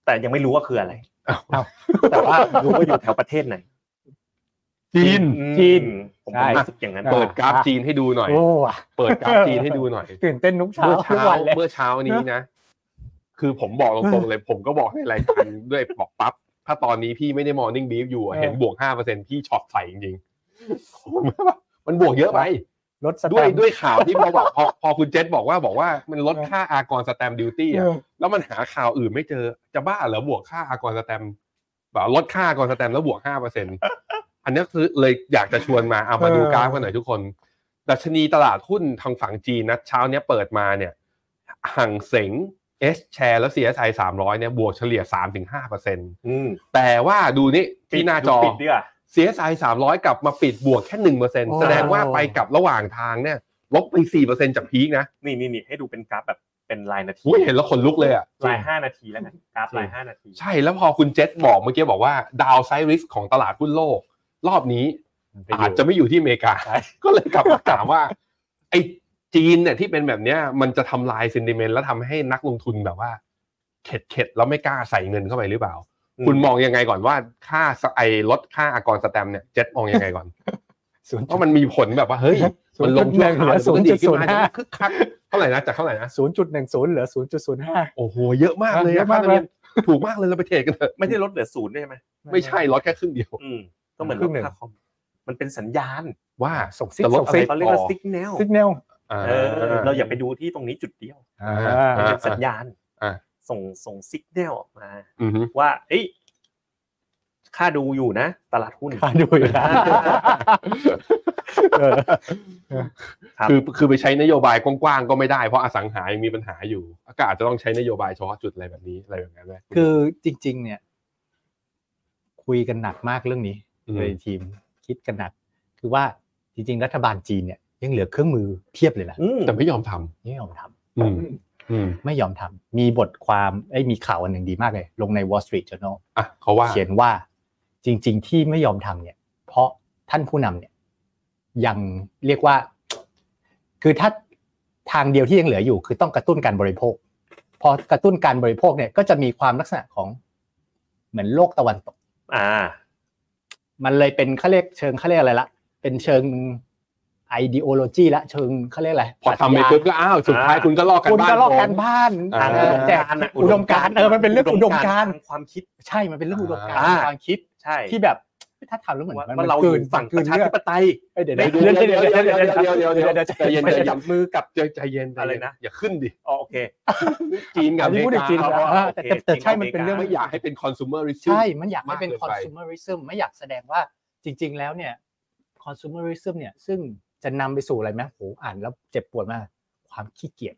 C: แต่ยังไม่รู้ว่าคืออะไร
B: อ้าว
D: อ้าว
C: แต่ว่ารู้ว่าอยู่แถวประเทศไหน
B: จีน
C: อืม
D: จีน
C: ผม
D: ใช่
C: รู้สึกอย่างนั้น
B: เปิดกราฟจีนให้ดูหน่อย
D: โอ้อะ
B: เปิดกราฟจีนให้ดูหน่อย
D: ตื่นเต้นทุกเช้า
B: เมื่อ
D: ทุก
B: เช้า
D: วันเลย
B: เมื่อเช้านี้นะ คือผมบอกตรงๆเลย ผมก็บอกในรายการด้วยบอกปั๊บ ถ้าตอนนี้พี่ไม่ได้มอร์นิ่งบีฟอยู่อะ
D: เออ
B: เห็นบวกห้าเปอร์เซ็นพี่ช็อตใส่จริง ๆผมว่ามันบวกเยอะไป
D: รถสแตมป์
B: ด้วยด้วยข่าวที่พอบอกพอพอคุณเจษบอกว่าบอกว่ามันลดค่าอากรสแตมดิวตี้
D: เอ
B: อะ
D: อ
B: แล้วมันหาข่าวอื่นไม่เจอจะบ้าเหรอบวกค่าอากรสแตมแบบลดค่าอากรสแตมแล้วบวกห้าเปอร์เซ็นอันนี้คือเลยอยากจะชวนมาเอามาดูกราฟกันหน่อยทุกคน ดัชนีตลาดหุ้นทางฝั่งจีนนะเช้าเนี้ยเปิดมาเนี่ยห่างเสง S share และ CSI 300เนี่ยบวกเฉลี่ย 3-5%
C: อืม
B: แต่ว่าดูนี่ที่หน้าจอ
C: ปิดดีกว่า
B: CSI 300 กลับมาปิดบวกแค่
D: โอ้
B: 1%แสดงว่าไปกลับระหว่างทางเนี่ยลบไป 4%จากพีคนะ
C: นี่นี่นี่ให้ดูเป็นกราฟแบบเป็นรายนาที
B: อุ้ยเห็นแล้วขนลุกเลยอ่ะ
C: รายห้านาทีแล้วกันกราฟรายห้านาที
B: ใช่แล้วพอคุณเจษบอกเมื่อกี้บอกว่าดาวไซริสของตลาดหุ้นโลก รอบนี้อาจจะไม่อยู่ที่อเมริกา
D: ใช่
B: ก็เลยกลับมาถาม ว่า ไอ้จีนเนี่ยที่เป็นแบบเนี้ยมันจะทำลายซินดิเมนต์แล้วทำให้นักลงทุนแบบว่า เข็ดเข็ดแล้วไม่กล้าใส่เงินเข้าไปหรือเปล่า คุณมองยังไงก่อนว่าค่าสไอลดค่าอากรสแตมป์เนี่ยเจ็ตมองยังไง ก่อน
D: ศูนย์
B: เพราะมันมีผลแบบว่าเฮ้ยมันลงช่วง
D: เหลือ
B: ปกติขึ้นมา
D: 0.05
B: จะคึกคักเท่าไหร่นะจากเท่าไหร่นะ
D: ศูนย์จุดหนึ่งศูนย์เหลือศูนย์จุดศูนย์ห้า
B: โอ้โหเยอะมากเลย
D: เย
B: นะค่าม
D: อะาก
B: ธรร
D: เลย
B: มเนียมถูกมากเลยเราไปเทรดกันเถอะ
C: ไม่ได้ลดเหลือศูนย์ด้วยใช่ไหม
B: ไม่ใช่ลดแค่ครึ่งเดียว
C: อืมก็เหมือน
D: ครึ่งหนึ่ง
C: ลดาคอมมันเป็นสัญญาณ
B: ว่า
D: ส่งซิก
B: จะลด
D: ส่ง
B: อะไร
D: ซิก
C: เขาเรียกว่า
B: อ๋อ
C: สิกแนล
D: ซิกแนล
C: เออเราอย่าไปดูที่ตรงนี้จุดเดียว
B: อ่า
C: มันเป็นสัญ
B: อ่า
C: ญาณ
B: อ่า
C: ส่งส่งสิกแนลออกมา
B: อืม
C: ว่า เอ้ย ค่าดูอยู่นะ ตลาดหุ้น
D: ค่าดูอยู่นะ เออ
C: ครับ
B: คือคือไปใช้นโยบายกว้างๆก็ไม่ได้เพราะอสังหายังมีปัญหาอยู่ก็อาจจะต้องใช้นโยบายเฉพาะจุดอะไรแบบนี้อะไรแบบนั้นไหม
D: คือจริง ๆ เนี่ย คุยกันหนักมากเรื่องนี้
B: อืม
D: ในทีมคิดกันหนัก คือว่าจริง ๆ รัฐบาลจีนเนี่ยยังเหลือเครื่องมือเพียบเลยนะ
C: อืม
B: แต่ไม่ยอมทำ
D: ไม่ยอมทำ
B: อืมอืม
D: ไม่ยอมทำมีบทความเอ้ยมีข่าวอันหนึ่งดีมากเลย ลงใน Wall Street Journal
B: อ่ะเขาว่า
D: เขียนว่าจริง ๆ ที่ไม่ยอมทำเนี่ย เพราะท่านผู้นำเนี่ย ยังเรียกว่า คือถ้าทางเดียวที่ยังเหลืออยู่คือต้องกระตุ้นการบริโภค พอกระตุ้นการบริโภคเนี่ยก็จะมีความลักษณะของเหมือนโลกตะวันตก
C: อ่า
D: มันเลยเป็นเขาเรียกเชิงเขาเรียกอะไรละ เป็นเชิง ideology ละเชิงเขาเรียกอะไร
B: พอทำไปปุ๊บก็อ้าวสุดท้ายคุณก็ลอกกัน
D: คุณ
B: บ้าน
D: ก็ลอก
B: ผม
D: การบ้าน
B: อ่า
D: เออแจกอุดมการณ์เออมันเป็นเรื่องอุดมการณ์
C: ทงความคิด
D: ใช่มันเป็นเรื่องอุดมการณ์
C: อ่า
D: ความคิด
C: ใช่
D: ที่แบบถ้าทำแล้วเหมือน
C: ว่า
D: มัน
C: ว่าเราอ
D: เกิน
C: ยู่ฝั่งประชาธิปไตย
D: เอ้ยเดี๋ยว
B: ไม่
D: เดี๋ยว
B: ดู
D: เดี๋ยว
B: เดี๋ยว
D: เดี๋ยวเดี๋ยว
B: เดี๋ยเดี๋ย
D: เดี๋ยวว
B: วเดี๋ยวเดี๋ยวเดี๋ยวใจเย็นใจ
C: ไม่ใช่
D: เดี๋ยวเดี๋ยว
B: เย็น
C: จับมือกับ
B: ใจใจเย็นใจ
C: อะไร
B: เย็น
C: นะ
B: อย่าขึ้นดิ
C: อ๋อโอเค
B: จีนกับอ
D: อั
B: นเม
D: นี้พูด
B: ริ
D: ถึง
B: กา
D: จีน
B: เขา
D: แล้ว
B: อะ
D: อ่าแต่แต่แต่ใช่
C: โอเค
D: มันเป็นเรื่อง
B: ไม่อยากให้เป็น consumerism
D: ใช่มันอยากให้เป็น
B: มากเกินไป
D: consumerism ไม่อยากแสดงว่าจริง ๆ แล้วเนี่ย consumerism เนี่ยซึ่งจะนำไปสู่อะไรไหมโหอ่านแล้วเจ็บปวดมากความขี้เกียจ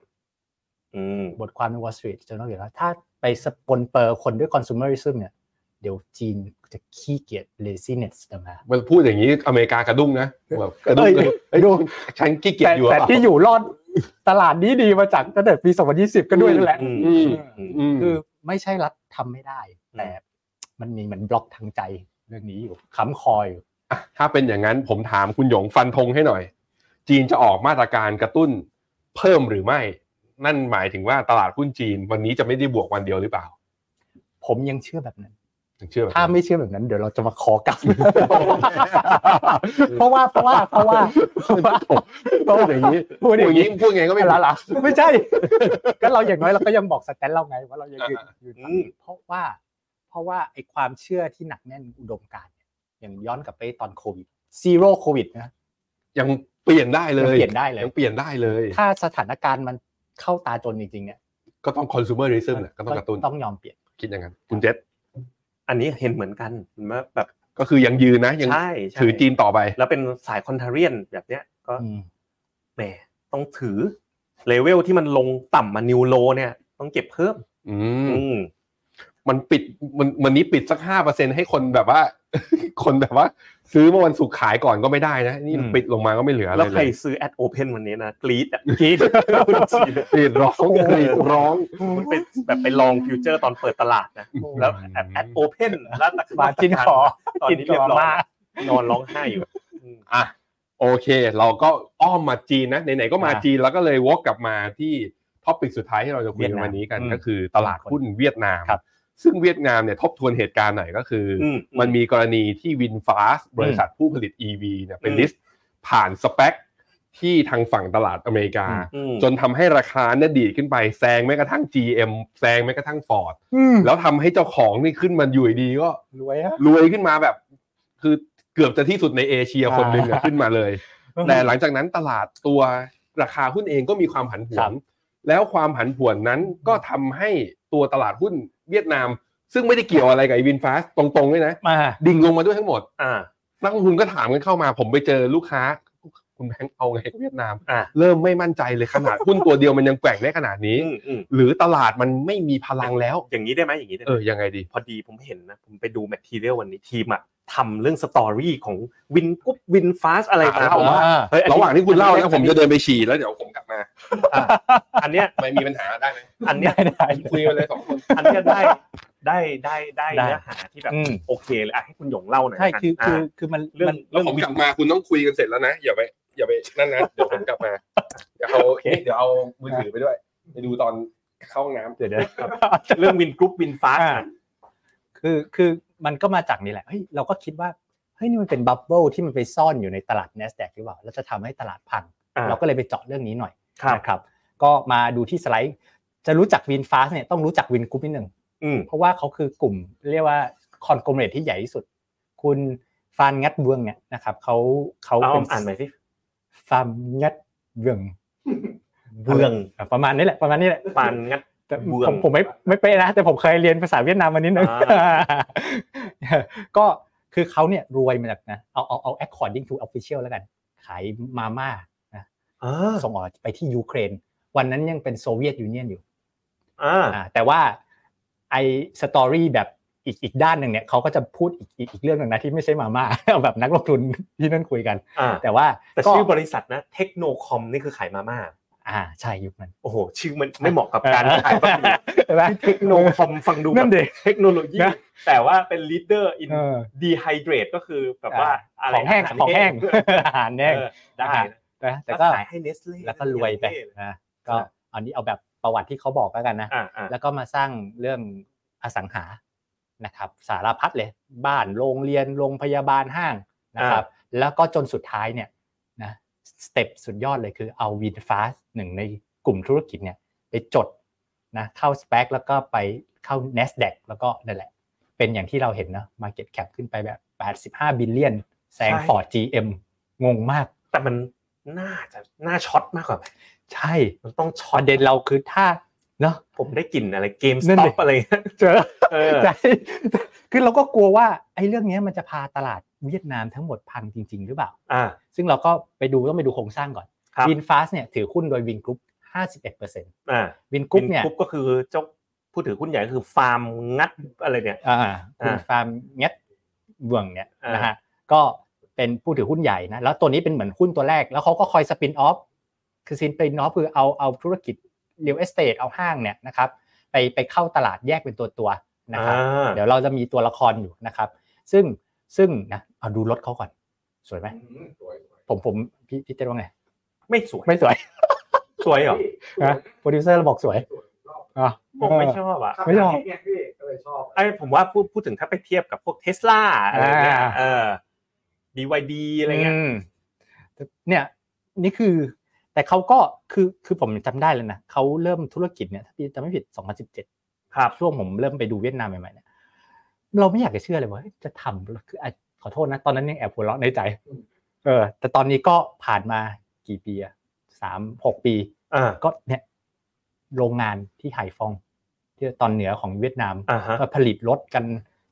C: อืม
D: บทความใน Wall Street Journal เขียนว่าถ้าไปสปนเปอร์คนด้วย consumerism เนี่ย เดี๋ยวจีนจะขี้เกียจ laziness จะมา
B: มันพูดอย่างนี้อเมริกากระดุ้งนะแบบกระดุ้ง
D: เอ้ย
B: ไอ้ยดูฉันขี้เกียจ
D: แต่
B: อยู่หรือ
D: แต่
B: เปล่า
D: ที่อยู่รอดตลาดนี้ดีมาจากตั้งแต่ปี 2020 ก็ด้วยนั่นแหละ
C: อืม
B: อืม
C: อืม
B: อืม
D: คือไม่ใช่รัฐทำไม่ได้ แต่มันมีเหมือนบล็อกทางใจเรื่องนี้อยู่ค้ำคอยอยู่
B: อ่ะถ้าเป็นอย่างนั้นผมถามคุณหยงฟันธงให้หน่อย จีนจะออกมาตรการกระตุ้นเพิ่มหรือไม่ นั่นหมายถึงว่าตลาดหุ้นจีนวันนี้จะไม่ได้บวกวันเดียวหรือเปล่า
D: ผมยังเชื่อแบบนั้น
B: ยังเชื่อแบบ
D: ถ้า
B: นั้น
D: ไม่เชื่อแบบนั้นเดี๋ยวเราจะมาขอกลับ เพราะว่าเพราะว่าเพราะว่า
B: พูดอย่างนี้
D: พูดอย่างนี้
B: พูดไงก็ไม่
D: ไม่
B: ผิด
D: ละไม่ใช่ ก็เราอย่างน้อยเราก็ยังบอกสแตนเราไงว่าเรายังยืน
B: อ่า
D: ยืนฝั่งนี้เพราะว่า เพราะว่าไอ้ความเชื่อที่หนักแน่นอุดมการณ์เนี่ยอย่างย้อนกลับไปตอนโควิดซีโร่โควิดนะ
B: ยังเปลี่ยนได้เลย
D: ยังเปลี่ยนได้เลย
B: งเปลี่ยนได้เลย
D: ถ้าสถานการณ์มันเข้าตาจนจริงๆเนี่ย
B: ก็ต้อง consumerism แหละก็ต้องกระตุ้น
D: ต้องยอมเปลี่ยน
B: คิดอย่างนั้น คุณเจษ
C: อันนี้เห็นเหมือนกันเห็นไหมแบบ
B: ก็คือยังยืนนะยัง
C: ใช่ใช่
B: ถือจีนต่อไป
C: แล้วเป็นสายคอนเทเรียนแบบเนี้ยก็
D: อืม
C: แหมต้องถือเลเวลที่มันลงต่ำมานิวโลเนี่ย ต้องเก็บเพิ่ม
B: อืม
C: อืม
B: มันปิดมันวันนี้ปิดสักห้าเปอร์เซ็นให้คนแบบว่า คนแบบว่า ซื้อเมื่อวันศุกร์ขายก่อนก็ไม่ได้นะ นี่
C: อืม
B: ปิดลงมาก็ไม่เหลืออะไร
C: แล้วใค
B: เล
C: ร
B: ย
C: ซื้อแอดโอเพนวันนี้นะกรีดอะ
D: คิด
B: กรีดร้องก รีดร้อง
C: มันเป็นแบบไปลองฟิวเจอร์ตอนเปิดตลาดนะ แล้วแอดแอดโอเพนแล้วตัก
D: บาทจินขอ
C: ตอนนี้เรียบร้อย
D: จินขอ
C: นอนร้องไห้อยู่อืม
B: อ่ะโอเค เราก็อ้อมมาจีนนะไหนๆก็มา
D: อ่ะ
B: จีนแล้วก็เลยวกกลับมาที่ท็อปิกสุดท้ายที่เราจะคุย
D: เวียด
B: กัน
D: นาม
B: วันนี้กัน
C: อืม
B: ก็คือตลาดหุ้นเวียดนาม
D: ครับ
B: ซึ่งเวียดนามเนี่ยทบทวนเหตุการณ์หน่อยก็คืออ
C: ม
B: มันมีกรณีที่วินฟาสบริษัทผู้ผลิต EV เนี่ยเป็น
C: อืม
B: ลิสต์ผ่านสเปคที่ทางฝั่งตลาดอเมริกา
C: อืม
B: จนทำให้ราคาเนี่ยดีดขึ้นไปแซงแม้กระทั่ง GM แซงแม้กระทั่ง Ford แล้วทำให้เจ้าของนี่ขึ้นมาอยู่ดีๆก็
D: รวยฮะ
B: รวยขึ้นมาแบบ คือเกือบจะที่สุดในเอเชีย
D: อ่า
B: คนหนึ่งอะขึ้นมาเลย แต่หลังจากนั้นตลาดตัวราคาหุ้นเองก็มีความผันผว
D: ครั
B: น
D: บ
B: แล้วความผันผวนนั้นก็ทำให้ตัวตลาดหุ้นเวียดนาม ซึ่งไม่ได้เกี่ยวอะไรกับวินฟาสตรงๆเลยนะ
D: มา
B: ดิ่งลงมาด้วยทั้งหมด
C: อ่า
B: นักลงทุนก็ถามกันเข้ามา ผมไปเจอลูกค้า คุณแบงค์เอาไงกับเวียดนาม
C: อ่า
B: เริ่มไม่มั่นใจเลยขนาด หุ้นตัวเดียวมันยังแกว่งได้ขนาดนี้
C: อืมอืม
B: หรือตลาดมันไม่มีพลังแล้ว
C: อย่างนี้ได้ไหมอย่างนี้ได้ไห
B: เอ
C: ม
B: อยังไงดี
C: พอดีผมเห็นนะ ผมไปดูแมททีเรียลวันนี้ทีมอะทำเรื่องสตอรี่ของวินกุ๊บวินฟาสอะไร
B: อ่ะ
C: มา
B: เล่ามา
C: เฮ้ยอัน
B: ระ
C: นี้
B: หว่างที่คุณเล่านะผมจะเดินไปฉี่แล้วเดี๋ยวผมกลับมา
C: อันเนี้ย
B: ไม่มีปัญหาได้ไหม
C: อันเนี้ย
D: ได้ได้
B: คุยกันเลยสองคน
C: อันเนี้ยได้ได้ได้ได้
D: ได้
C: เนื้อหาที่แบบ
D: อืม
C: โอเคเลยอ่ะให้คุณหยงเล่าหน่อย
D: ใช่
C: ละกัน
D: คือคือา คือมัน
C: เรื่อง
D: มัน
B: แล้วผมกลับมาคุณต้องคุยกันเสร็จแล้วนะอย่าไปอย่าไปนั่นนะเดี๋ยวผมกลับมา เดี๋ยวเอาเดี๋ยวเอามือถือไปด้วย ไปดูตอนเข้าห้องน้ำเดี๋ยว
C: เรื่องวินกรุ๊ปวินฟาส
D: อ่า คือคือมันก็มาจากนี่แหละเฮ้ยเราก็คิดว่าเฮ้ยนี่มันเป็นบับเบิลที่มันไปซ่อนอยู่ในตลาด N นสแดกหรือเปล่าแล้วจะทำให้ตลาดพัง เราก็เลยไปเจาะเรื่องนี้หน่อย
C: ครับ
D: นะครับ ก็มาดูที่สไลด์ จะรู้จักวินฟาสเนี่ยต้องรู้จักวินกรุ๊ปนิดหนึ่ง
C: อืม
D: เพราะว่าเขาคือกลุ่มเรียกว่าคอนกลมเรทที่ใหญ่ที่สุด คุณฟานงัดเบืองเนี่ยนะครับเขาเขา
C: เอา
D: เป็น
C: อ่านหน่อยสิ
D: ฟานงัดเบือง
C: เบือง
D: อ่ะประมาณนี้แหละประมาณนี้แหละ
C: ปานงัด
D: แต่
C: เบื่อ
D: ผมผมไม่ไม่เป๊ะนะ แต่ผมเคยเรียนภาษาเวียดนามมานิดนึง
C: อ่
D: ก็คือเขาเนี่ยรวยมาจากนะเอาเอาเอา according to official แล้วกัน ขายมาม่านะ
C: อ่า
D: ส่งออกไปที่ยูเครน วันนั้นยังเป็นโซเวียตยูเนียนอยู่
C: อ่า
D: อ่าแต่ว่าไอสตอรี่แบบอีกอีกด้านหนึ่งเนี่ยเขาก็จะพูดอีกอีกอีกเรื่องหนึ่งนะที่ไม่ใช่มา ม่า เอาแบบนักลงทุนที่นั่นคุยกัน
C: อ่า
D: แต่ว่า
C: แต่
D: ก็
C: ชื่อบริษัทนะเทคโนคอมนี่คือขายมาม่า
D: อ่าใช่ยุคนั้น
C: โอ้โห ชื่อมันไม่เหมาะกับการขายบะหมี่
D: ใช่ไหม
C: เทคโนคอมฟังดู
D: นั่
C: แบ
D: น
C: บ
D: ดิ
C: เทคโนโลยี
D: นะ
C: แต่ว่าเป็นลีดเดอร์อิน
D: เออ
C: ดีไฮเดรตก็คือแบบว่าอะไร
D: ของแห้ง
C: าาร
D: ของแห้ง อาหาร
C: เอ
D: แห้ง
C: อได้นะ
D: นะแต่
C: แล้ว
D: ก็
C: ขายให้เนสเล่
D: แล้วก็รวยไปนะก็อันนี้เอาแบบประวัติที่เขาบอกแล้วกันนะ
C: อ่าอ่า
D: แล้วก็มาสร้างเรื่องอสังหานะครับ สารพัดเลย บ้านโรงเรียนโรงพยาบาลห้างนะครับ แล้วก็จนสุดท้ายเนี่ยนะสเต็ปสุดยอดเลยคือเอาวินฟาสหนึ่งในกลุ่มธุรกิจเนี่ยไปจดนะเข้าสเปคแล้วก็ไปเข้า NASDAQ แล้วก็นั่นแหละ เป็นอย่างที่เราเห็นนะ Market Cap ขึ้นไปแบบ 85 บิลเลียนแซงฟอร์ด GM งงมาก
C: แต่มันน่าจะน่าช็อตมากกว่าไหม
D: ใช่
C: มันต้องช็
D: ป
C: อต
D: ระเด็นเราคือถ้าเนาะ
C: ผมได้กลิ่นอะไรเกม
D: นั่
C: ส
D: น
C: ต็อ
D: ดิ
C: ปอะไรเงี้ย
D: เจอ
C: เออ
D: ใช่ คือเราก็กลัวว่าไอ้เรื่องเนี้ยมันจะพาตลาดเวียดนามทั้งหมดพังจริง ๆ หรือเปล่า
C: อ่า
D: ซึ่งเราก็ไปดูต้องไปดูโครงสร้างก่อน
C: ครับ
D: วินฟาสเนี่ยถือหุ้นโดยวินกรุ๊ป51%
C: อ่า
D: วินกรุ๊ปเนี่ย
C: กรุ๊ปก็คือเจ้าผู้ถือหุ้นใหญ่ก็คือฟาร์มงัดอะไรเนี่ย
D: อ่าคุณฟาร์มเง็ดเวงเนี่ย
C: อ่าน
D: นะฮะก็เป็นผู้ถือหุ้นใหญ่นะแล้วตัวนี้เป็นเหมือนหุ้นตัวแรก แล้วเขาก็คอยสปินออฟคือสปินออฟคือเอาเอาธุรกิจเรียลเอสเตทเอาห้างเนี่ยนะครับไปไปเข้าตลาดแยกเป็นตัวตัวๆนะครับ
C: อ่า
D: เดี๋ยวเราจะมีตัวละครอยู่นะครับ ซึ่งซึ่งนะเอาดูรถเขาก่อน สวยไหมผมผมพี่พี่เต้ว่าไง
C: ไม่สวย
D: ไม่สวย
C: สวยเหรอ
D: นะโปรดิวเซอร์เราบอกสวยอ่ะ
C: ผมไม่ชอบอ่ะ
D: ไม่ชอบ
C: ไอ้ผมว่าพูดพูดถึงถ้าไปเทียบกับพวกเทสลาอะไรเงี้ย
D: อ่า
C: เออ BYD อะไรเงี้ย
D: มเนี่ยนี่คือ แต่เขาก็คือคือผมจำได้เลยนะเขาเริ่มธุรกิจเนี่ยถ้าพี่จำไม่ผิด 2017
C: ครับ
D: ช่วงผมเริ่มไปดูเวียดนามใหม่ๆเนี่ยเราไม่อยากจะเชื่อเลยว่าเฮ้ยจะทำคืออ่ะขอโทษนะ ตอนนั้นยังแอบหัวเราะในใจ เออ แต่ตอนนี้ก็ผ่านมากี่ปีอะสามหกปี
C: อ่า
D: ก็เนี่ยโรงงานที่ไหฟองที่ตอนเหนือของเวียดนาม
C: อ่าฮะ
D: ก็ผลิตรถกัน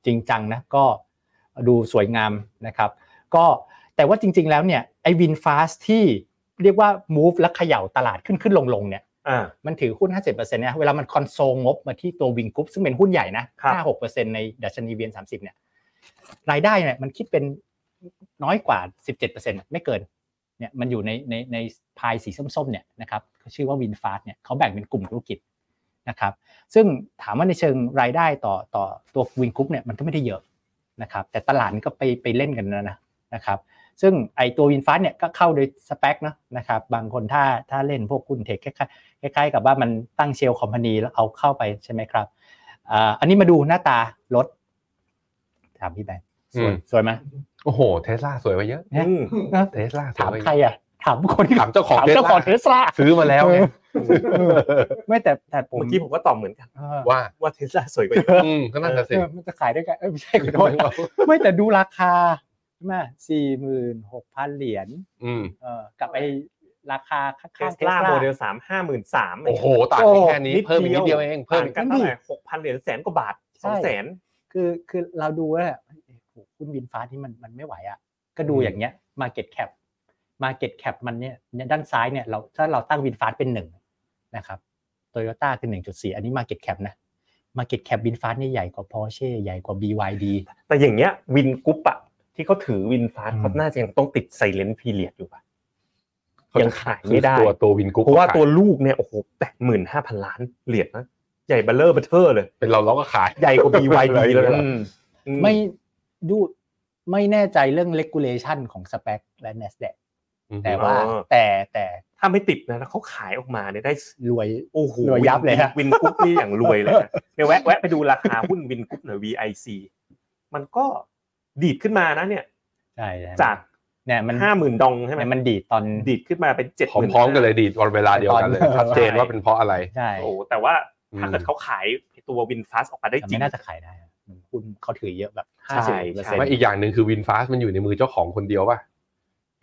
D: จริงจังนะก็ดูสวยงามนะครับ ก็แต่ว่าจริงๆแล้วเนี่ยไอ้วินฟาสที่เรียกว่า move และเขย่าตลาดขึ้นขึ้นลงลงๆเนี่ย
C: อ่า
D: มันถือหุ้น 50%เนี่ยเวลามันคอนโซลงบมาที่ตัววิงกรุ๊ปซึ่งเป็นหุ้นใหญ่นะครับ 5-6%ในดัชนีเวียน30เนี่ยรายได้เนี่ยมันคิดเป็นน้อยกว่า 17%ไม่เกิน เนี่ยมันอยู่ในในในพายสีส้มๆเนี่ยนะครับเขาชื่อว่าวินฟาสเนี่ยเขาแบ่งเป็นกลุ่มธุรกิจนะครับ ซึ่งถามว่าในเชิงรายได้ต่อต่อตัววินกรุ๊ปเนี่ยมันก็ไม่ได้เยอะนะครับ แต่ตลาดมันก็ไปไปเล่นกันนะนะนะครับ ซึ่งไอตัววินฟาสเนี่ยก็เข้าโดยสเปคเนาะนะครับ บางคนถ้าถ้าเล่นพวกคุณเทคคล้ายๆคล้ายๆ กับว่ามันตั้งเชลคอมพานีแล้วเอาเข้าไปใช่ไหมครับอ่าอันนี้มาดูหน้าตารถถามพี่แบงค์ส
B: อื
D: วย
B: ม
D: สวยไหม
B: โอ้โหเทสลาสวยไปเยอะ
C: อืม
B: เทสลาสว
D: ถาย ม
B: ไปเย
D: ใคร
B: อะ
D: อ่ะถามคนที่
B: ถามเจ้าของ
D: ถาม
B: เทส
D: เจ้า
B: ลา
D: ของเทสลา
B: ซื้อมาแล้วไง
D: ไม่แต่แต่ผม
C: เมื่อกี้ผมก็ตอบเหมือนกัน
D: เออ
B: ว่า
C: ว่าเทสลาสวยกว่าเยอะ
B: อืมก็นั่นแหะสิ
D: เออมันจะขายด้วยกันเอ้ยไม่ใช่ขอโทษไม่แต่ดูราคาใช่ไหมสี่หมื่นหกพันเหรียญ
B: อืม
D: เออกับไอ้ราคาข้าง
C: เท
D: ๆ
C: สลาโมเดลสามห้าหมื่นสาม
B: โอ้โหต่างกันแค่นี้เพิ่มอีกนิดเดียวเองเพิ่
C: เพิ่
B: ม
C: ม
B: อีก
C: กันเท่าไหร่หกพันเหรียญแสนกว่าบาทสองแสน
D: คือคือเราดูแล้วเนี่ยเอ้ยโหคุณวินฟ้าที่มันมันไม่ไหวอ่ะ ก็ดูอย่างเงี้ย Market Cap Market Cap มันเนี่ยเนี่ยด้านซ้ายเนี่ยเราถ้าเราตั้งวินฟ้าเป็นหนึ่งนะครับโตโยต้าคือหนึ่งจุดสี่อันนี้ Market Cap นะ Market Cap วินฟ้าเนี่ยใหญ่กว่า Porsche ใหญ่กว่า BYD
C: แต่อย่างเงี้ยวินกรุ๊ปอะที่เขาถือวินฟาส
D: อืม
C: เขาน่าจะยังต้องติดไซเลนต์พีเรียดอยู่ปะ
B: เขา
C: ยัง
B: จะ
C: ขายไม่ได้
B: ตัวตัววินกุ๊ก
C: เพราะว่าตัวลูกเนี่ยโอ้โหแปดหมื่นห้าพันล้านเหรียญนะใหญ่เบัลเลอร์เบัลเทอร์เลย
B: เป็นเราเราก็ขาย
C: ใหญ่กว่า BYD เลยนะ
B: อืม
C: อื
D: ไม่ดูไม่แน่ใจเรื่อง regulation ของ spec และ nasdaq แต่ว่าแต่แต่
C: ถ้าไม่ติดนะแล้วเขาขายออกมาเนี่ยได้
D: รวย
C: โอ้โห
D: รวยยับเลยฮะ
C: วินกรุ๊ปนี่อย่างรวยเลยนะเนี่ยแวะแวะไปดูราคาหุ้นวินกรุ๊ปหน่อย VIC มันก็ดีดขึ้นมานะเนี่ย
D: ใช่ใช่
C: จาก
D: เนี่ยมัน
C: ห้าหมื่นดองใช่ไหม
D: เนี่ยมันดีดตอน
C: ดีดขึ้นมาเป็นเจ็ด
B: พร้อมๆกันเลยดีดวันเวลาเดียวกันเลย
D: ตอน
B: ชัดเจนว่าเป็นเพราะอะไร
D: ใช่
C: โอ้แต่ว่า
B: อืม
C: ถ้าเกิดเขาขายตัววินฟ a s สออกมาได้
D: แต่
C: จริ
D: ไม่
C: ง
D: น่าจะขายได้นะมันหุ้นเขาถือเยอะแบบ
C: ใช่
D: ห้าสิบเปอร์
C: ใช่
D: เซ็นต์
B: ไม่อีกอย่างหนึ่งคือวินฟาสมันอยู่ในมือเจ้าของคนเดียวป่ะ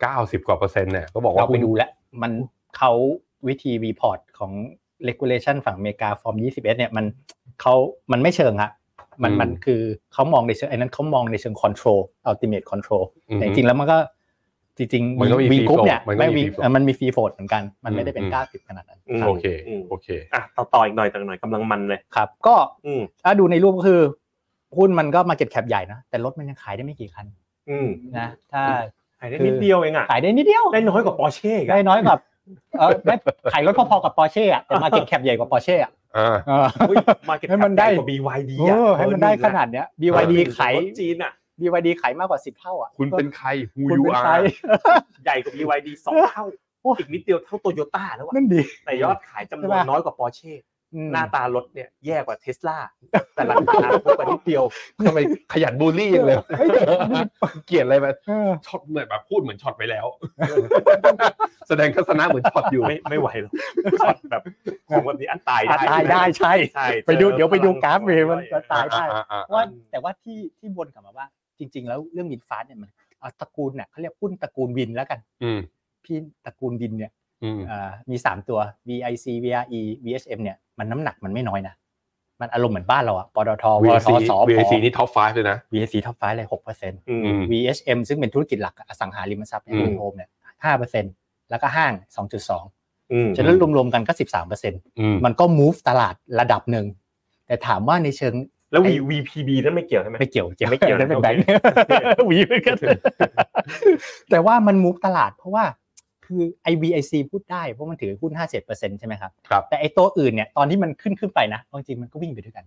B: เก้าสิบกว่าเปอร์เซ็นต์เนี่ยก็บอกว่า
D: เราไปดูแล้ว มันเขาวิธีรีพอร์ตของ regulation ฝั่งอเมริกา form 21เนี่ยมันเขามันไม่เชิงอะมัน
B: อืม
D: มันคือเขามองในเชิงไอ้นั้นเขามองในเชิง control ultimate control
B: อือฮึ
D: แต่จริงๆแล้วมันก็จริงๆ
B: มันก็มี
D: วิง
B: free
D: กรุ๊ป
B: float
D: เนี่ย
B: มันก็
D: ไม่
B: มี
D: วิง
B: free float
D: มันมีฟรีโฟดเหมือนกัน มันไม่ได้เป็น
B: อืม
D: ก้าสิบขนาดนั้น
C: อืม
D: ครับ
B: โอเคโอเค
C: อ่ะต่อต่ออีกหน่อยต่ออีกหน่อยกำลังมันเลย
D: ครับก็
C: อืม
D: ถ้าดูในรูปก็คือ หุ้นมันก็มาเก็ตแคปใหญ่นะแต่รถมันยังขายได้ไม่กี่คัน
C: อืม
D: นะถ้า
C: ขายได้นิดเดียวเองอ่ะ
D: ขายได้นิดเดียว
C: ได้น้อยกว่าปอร์เช่อีก
D: ได้
C: อะ
D: น้อยกว่าเออได้ขายรถพอๆกับปอร์เช่อะแต่มาเก็ตแคปใหญ่กว่าปอร์เช่อะ
B: อ่า
C: อุ้ยมาเก็ต
D: ให้มันได้
C: กว่า BYD
D: เอ
C: อ่ะ
D: อให้มันได้ขนาดเนี้ย BYD
C: เออ
D: ขาย
C: รถจีนอ่ะ
D: BYD ขายมากกว่าสิบเท่าอ่ะ
B: คุณเป็นใคร who
D: คุณ
B: you
D: เป็นใคร
B: are
C: ใหญ่กว่า BYD สองเท่า อีกนิดเดียวเท่าโตโยต้าแล้วอ่ะ
D: นั่นดี
C: แต่ยอดขายจำน
D: ใช่
C: วน
D: ปะ
C: น้อยกว่าปอร์เช่
D: อืม
C: หน้าตารถเนี่ยแย่กว่าเทส ลาแต่ราคาถูกกว่านิดเดียว
B: ทำไมขยันบูลลี่อย่างเลย
D: ฮ้
B: เกลียดอะไรไป
D: เออ
B: ช็อตเหมือนแบบพูดเหมือนช็อตไปแล้ว แสดงทัศนะเหมือนช็อตอยู่
C: ไม่ไม่ไหวหรอกช็อตแบบของแบบนี้อันตาย
D: อ่ะ
C: ได้
D: ตายได้ใช่
C: ใช่
D: ไปดูเดี๋ยวไปดูกราฟเลยมันจะตาย
B: อ่อ่อ่อ่
D: ว่าแต่ว่าที่ที่วนกลับมาว่า จริง ๆ แล้วเรื่องวินฟ้าเนี่ยมันเอาตระกูลเนี่ยเขาเรียกหุ้นตระกูลวินแล้วกัน
B: อืม
D: พี่ตระกูลวินเนี่ย
B: อืม
D: อ่ามี 3 ตัว VIC VRE VHM เนี่ยมันน้ำหนักมันไม่น้อยนะ มันอารมณ์เหมือนบ้านเราอะปตทวท
B: VAC
D: สพ
B: VAC นี่ท็อป5เลยนะ
D: VIC ท็อปไฟเลยหกเปอร์เซ็นต
C: อืม
B: อืม
D: VHM ซึ่งเป็นธุรกิจหลักอสังหาริมทรัพย์ใน
B: อืม
D: โฮมเนี่ยห้าเปอร์เซ็นต์แล้วก็ห้างสองจุดสอง
C: อืม
D: ฉะนั้นรวมๆกันก็สิบสามเปอร์เซ็นต์
B: อืม
D: มันก็ move ตลาดระดับหนึ่ง แต่ถามว่าในเชิง
C: แล้ว V- VPB นั่นไม่เกี่ยวใช่ไหม
D: ไม่เกี่ยวเกี่ยว
C: ไม่เกี่ยว
D: นั่นเป็น
C: โอเค
D: แบงค์ วีเป็นกันแต่ว่ามัน move ตลาดเพราะว่าคือ IVIC พูดได้เพราะมันถือหุ้นห้าเจ็ดเปอร์เซ็นต์ใช่ไหมครับ
B: ครับ
D: แต่ไอ้ตัวอื่นเนี่ยตอนที่มันขึ้นขึ้นไปนะเอาจริงๆมันก็วิ่งไปด้วยกัน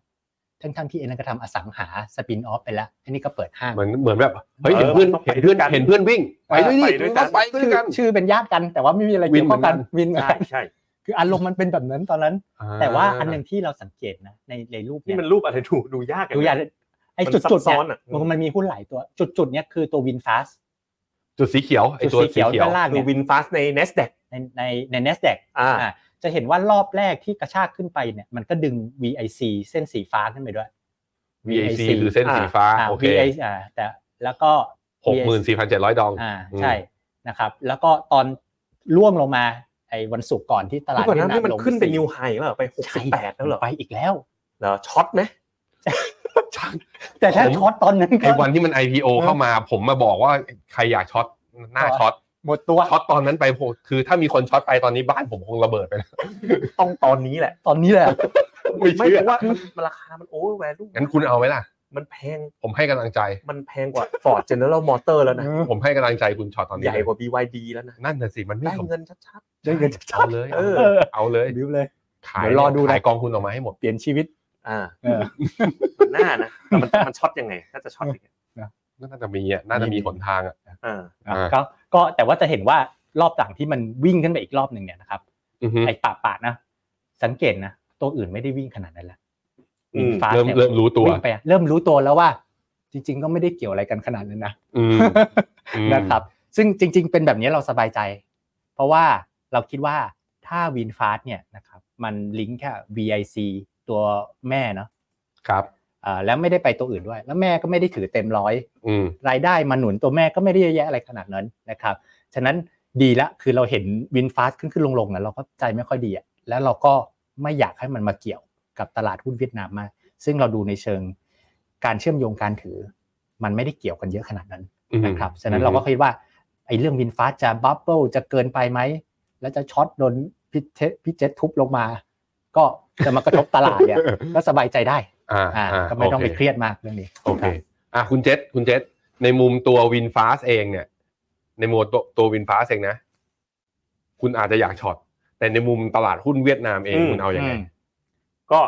D: ทั้งๆที่เอ็นนก็ทำอสังหาสปินออฟไปแล้วอันนี้ก็เปิดห้าง
B: เหมือนเหมือนแบบเฮ้ย
C: เออ
B: เห็นเพื่อน
C: ต้องไป
B: เห็นเพื่อน
C: ด้วยกัน
B: เห็นเพื่อนวิ่ง ไปด้วยดิ
C: ไปด้วยกัน
B: ต้องไปด้วยกัน
D: ชื่อชื่อเป็นญาติกันแต่ว่าไม่มีอะไร
B: วิ
D: เกี่ย
B: น
D: วข้องกัน
B: เหมือนกัน
D: วินเหมือน
C: ใช่
D: กัน
C: ใช่
D: คืออารมณ์มันเป็นแบบนั้นตอนนั้น แต่ว่าอันหนึ่งที่เราสังเกตนะในในรูป
C: นี่
D: เนี่ย
C: มันรูปอะไรดูดูยากะ
D: ดูอย่างไอ้
C: มัน
D: จุด
C: ซับ
D: จุด
C: ซ้อย น
D: เนี่
C: อะ
D: มันมันมีหุ้นหลายตัวจุดจุดๆเนี่ยคือตัววินฟาส
B: จุดสีเขียวไอ
D: จุด
B: ตัว
D: สี
B: สี
D: เขียว
B: เขียว
D: ด้านล่าง
C: ดู
D: เนี่ย
C: วินฟาสใน NASDAQ
D: ในในใน n a s d a q
C: อ่า
D: อ่าจะเห็นว่ารอบแรกที่กระชากขึ้นไปเนี่ยมันก็ดึง VIC เส้นสีฟ้าขึ้นไปด้วย
B: VAC คือเส้นสีฟ้า
D: อ่า
B: โอเค
D: VIC อ่าแต่แล้วก็
B: หกหมื่นสี่พันเจ็ดร้อยดอง
D: อ่า
B: อืม
D: ใช่นะครับแล้วก็ตอนร่วงลงมาไอ้วันศุกร์ก่อนที่ตลาด
C: ก่อนหนั้าน
D: เวีย
C: นี่
D: ดา
C: มันขึ้นเป็น
D: ลง
C: นิวไฮแล้วเหรอไป
D: ใช่
C: 68 แล้วเหรอ
D: ไปอีกแล้ว
C: เหรอช็อตไหม
D: แต่ถ้า
B: ผม
D: ช็อตตอนนั้น
B: ไอ
D: ก็
B: วันที่มัน IPO เข้ามาผมมาบอกว่าใครอยากช็อตหน้า
D: อ๋อ
B: ช็อต
D: หมดตัว
B: ช็อตตอนนั้นไปผมคือถ้ามีคนช็อตไปตอนนี้บ้านผมคงระเบิดไปแล้ว
C: ต้องตอนนี้แหละ
D: ตอนนี้แหละ
B: ไม่
C: ไม่
B: เชื่อ
C: เพราะว่ามันมันราคามันโอเวอร์แวลู
B: งั้นคุณเอาไหมล่ะ
C: มันแพง
B: ผมให้กำลังใจ
C: มันแพงกว่า Ford General Motor แล้วนะ
B: ผมให้กำลังใจคุณช็อตตอนนี้
C: ใหญ่กว่า BYD แล้วนะ
B: นั่นน่ะสิมันไม่
C: ได้
B: สม
C: เงินชัด
D: ได้เงินชั
B: เอา
D: ด
B: เลย
C: เออ
B: เอาเลย
D: ๆบิ้วเลย
B: ขาย
D: เดี๋ยวรอดูนะ
B: ขายกองทุนออกมาให้หมด
D: เปลี่ยนชีวิต
C: ๆอ่า
D: เออ
C: มันน่านะแต่มันมันช็อตยังไงน่าจะช็อตยังไง
B: น่าจะมีอ่ะน่าจะมีหนทางอ่ะ
C: อ่า
B: อ่า
D: ก็ก็แต่ว่าจะเห็นว่ารอบหลังที่มันวิ่งขึ้นไปอีกรอบหนึ่งเนี่ยนะครับ
B: อือฮึ
D: ไอ้ปะปะนะ สังเกตนะ ตัวอื่นไม่ได้วิ่งขนาดนั้นละ
C: อืม
D: ฟาส
B: เริ่ม
D: เนี่ย
B: เริ่มรู้ตัว
D: วิ่งไปอะเริ่มรู้ตัวแล้วว่า จริง ๆ ก็ไม่ได้เกี่ยวอะไรกันขนาดนั้นนะ
B: อืมอืม
D: นะครับซึ่งจริง ๆ เป็นแบบนี้เราสบายใจ เพราะว่าเราคิดว่าถ้าวินฟาสเนี่ยนะครับมันลิงก์แค่ VIC ตัวแม่เนาะ
B: ครับ
D: อ่าแล้วไม่ได้ไปตัวอื่นด้วย แล้วแม่ก็ไม่ได้ถือเต็มร้อย
B: อืม
D: รายได้มาหนุนตัวแม่ก็ไม่ได้เยอะแยะอะไรขนาดนั้นนะครับฉะนั้นดีละคือเราเห็นวินฟาสขึ้นขึ้นลงๆนะเราก็ใจไม่ค่อยดีอะแล้วเราก็ไม่อยากให้มันมาเกี่ยวกับตลาดหุ้นเวียดนามมากซึ่งเราดูในเชิงการเชื่อมโยงการถือ มันไม่ได้เกี่ยวกันเยอะขนาดนั้น นะครับ ฉะนั้นเราก็คิดว่าไอ้เรื่องวินฟ้าจะบับเบิลจะเกินไปไหม แล้วจะช็อตโดนพิเจพิเจตทุบลงมา ก็จะมากระทบตลาดเนี่ย ก็สบายใจได้
B: อ่า
D: อ่า
B: า
D: ก็ไม่ต้อง
B: โ
D: ไปเครียดมากเรื่องนี้
B: โอเคอ่ะคุณเจษคุณเจษในมุมตัววินฟาสเองเนี่ย ในมุมตัวตัววินฟาสเองนะ คุณอาจจะอยากช็อต แต่ในมุมตลาดหุ้นเวียดนามเอง
C: อืม
B: คุณเอาอย่างไง
C: ก็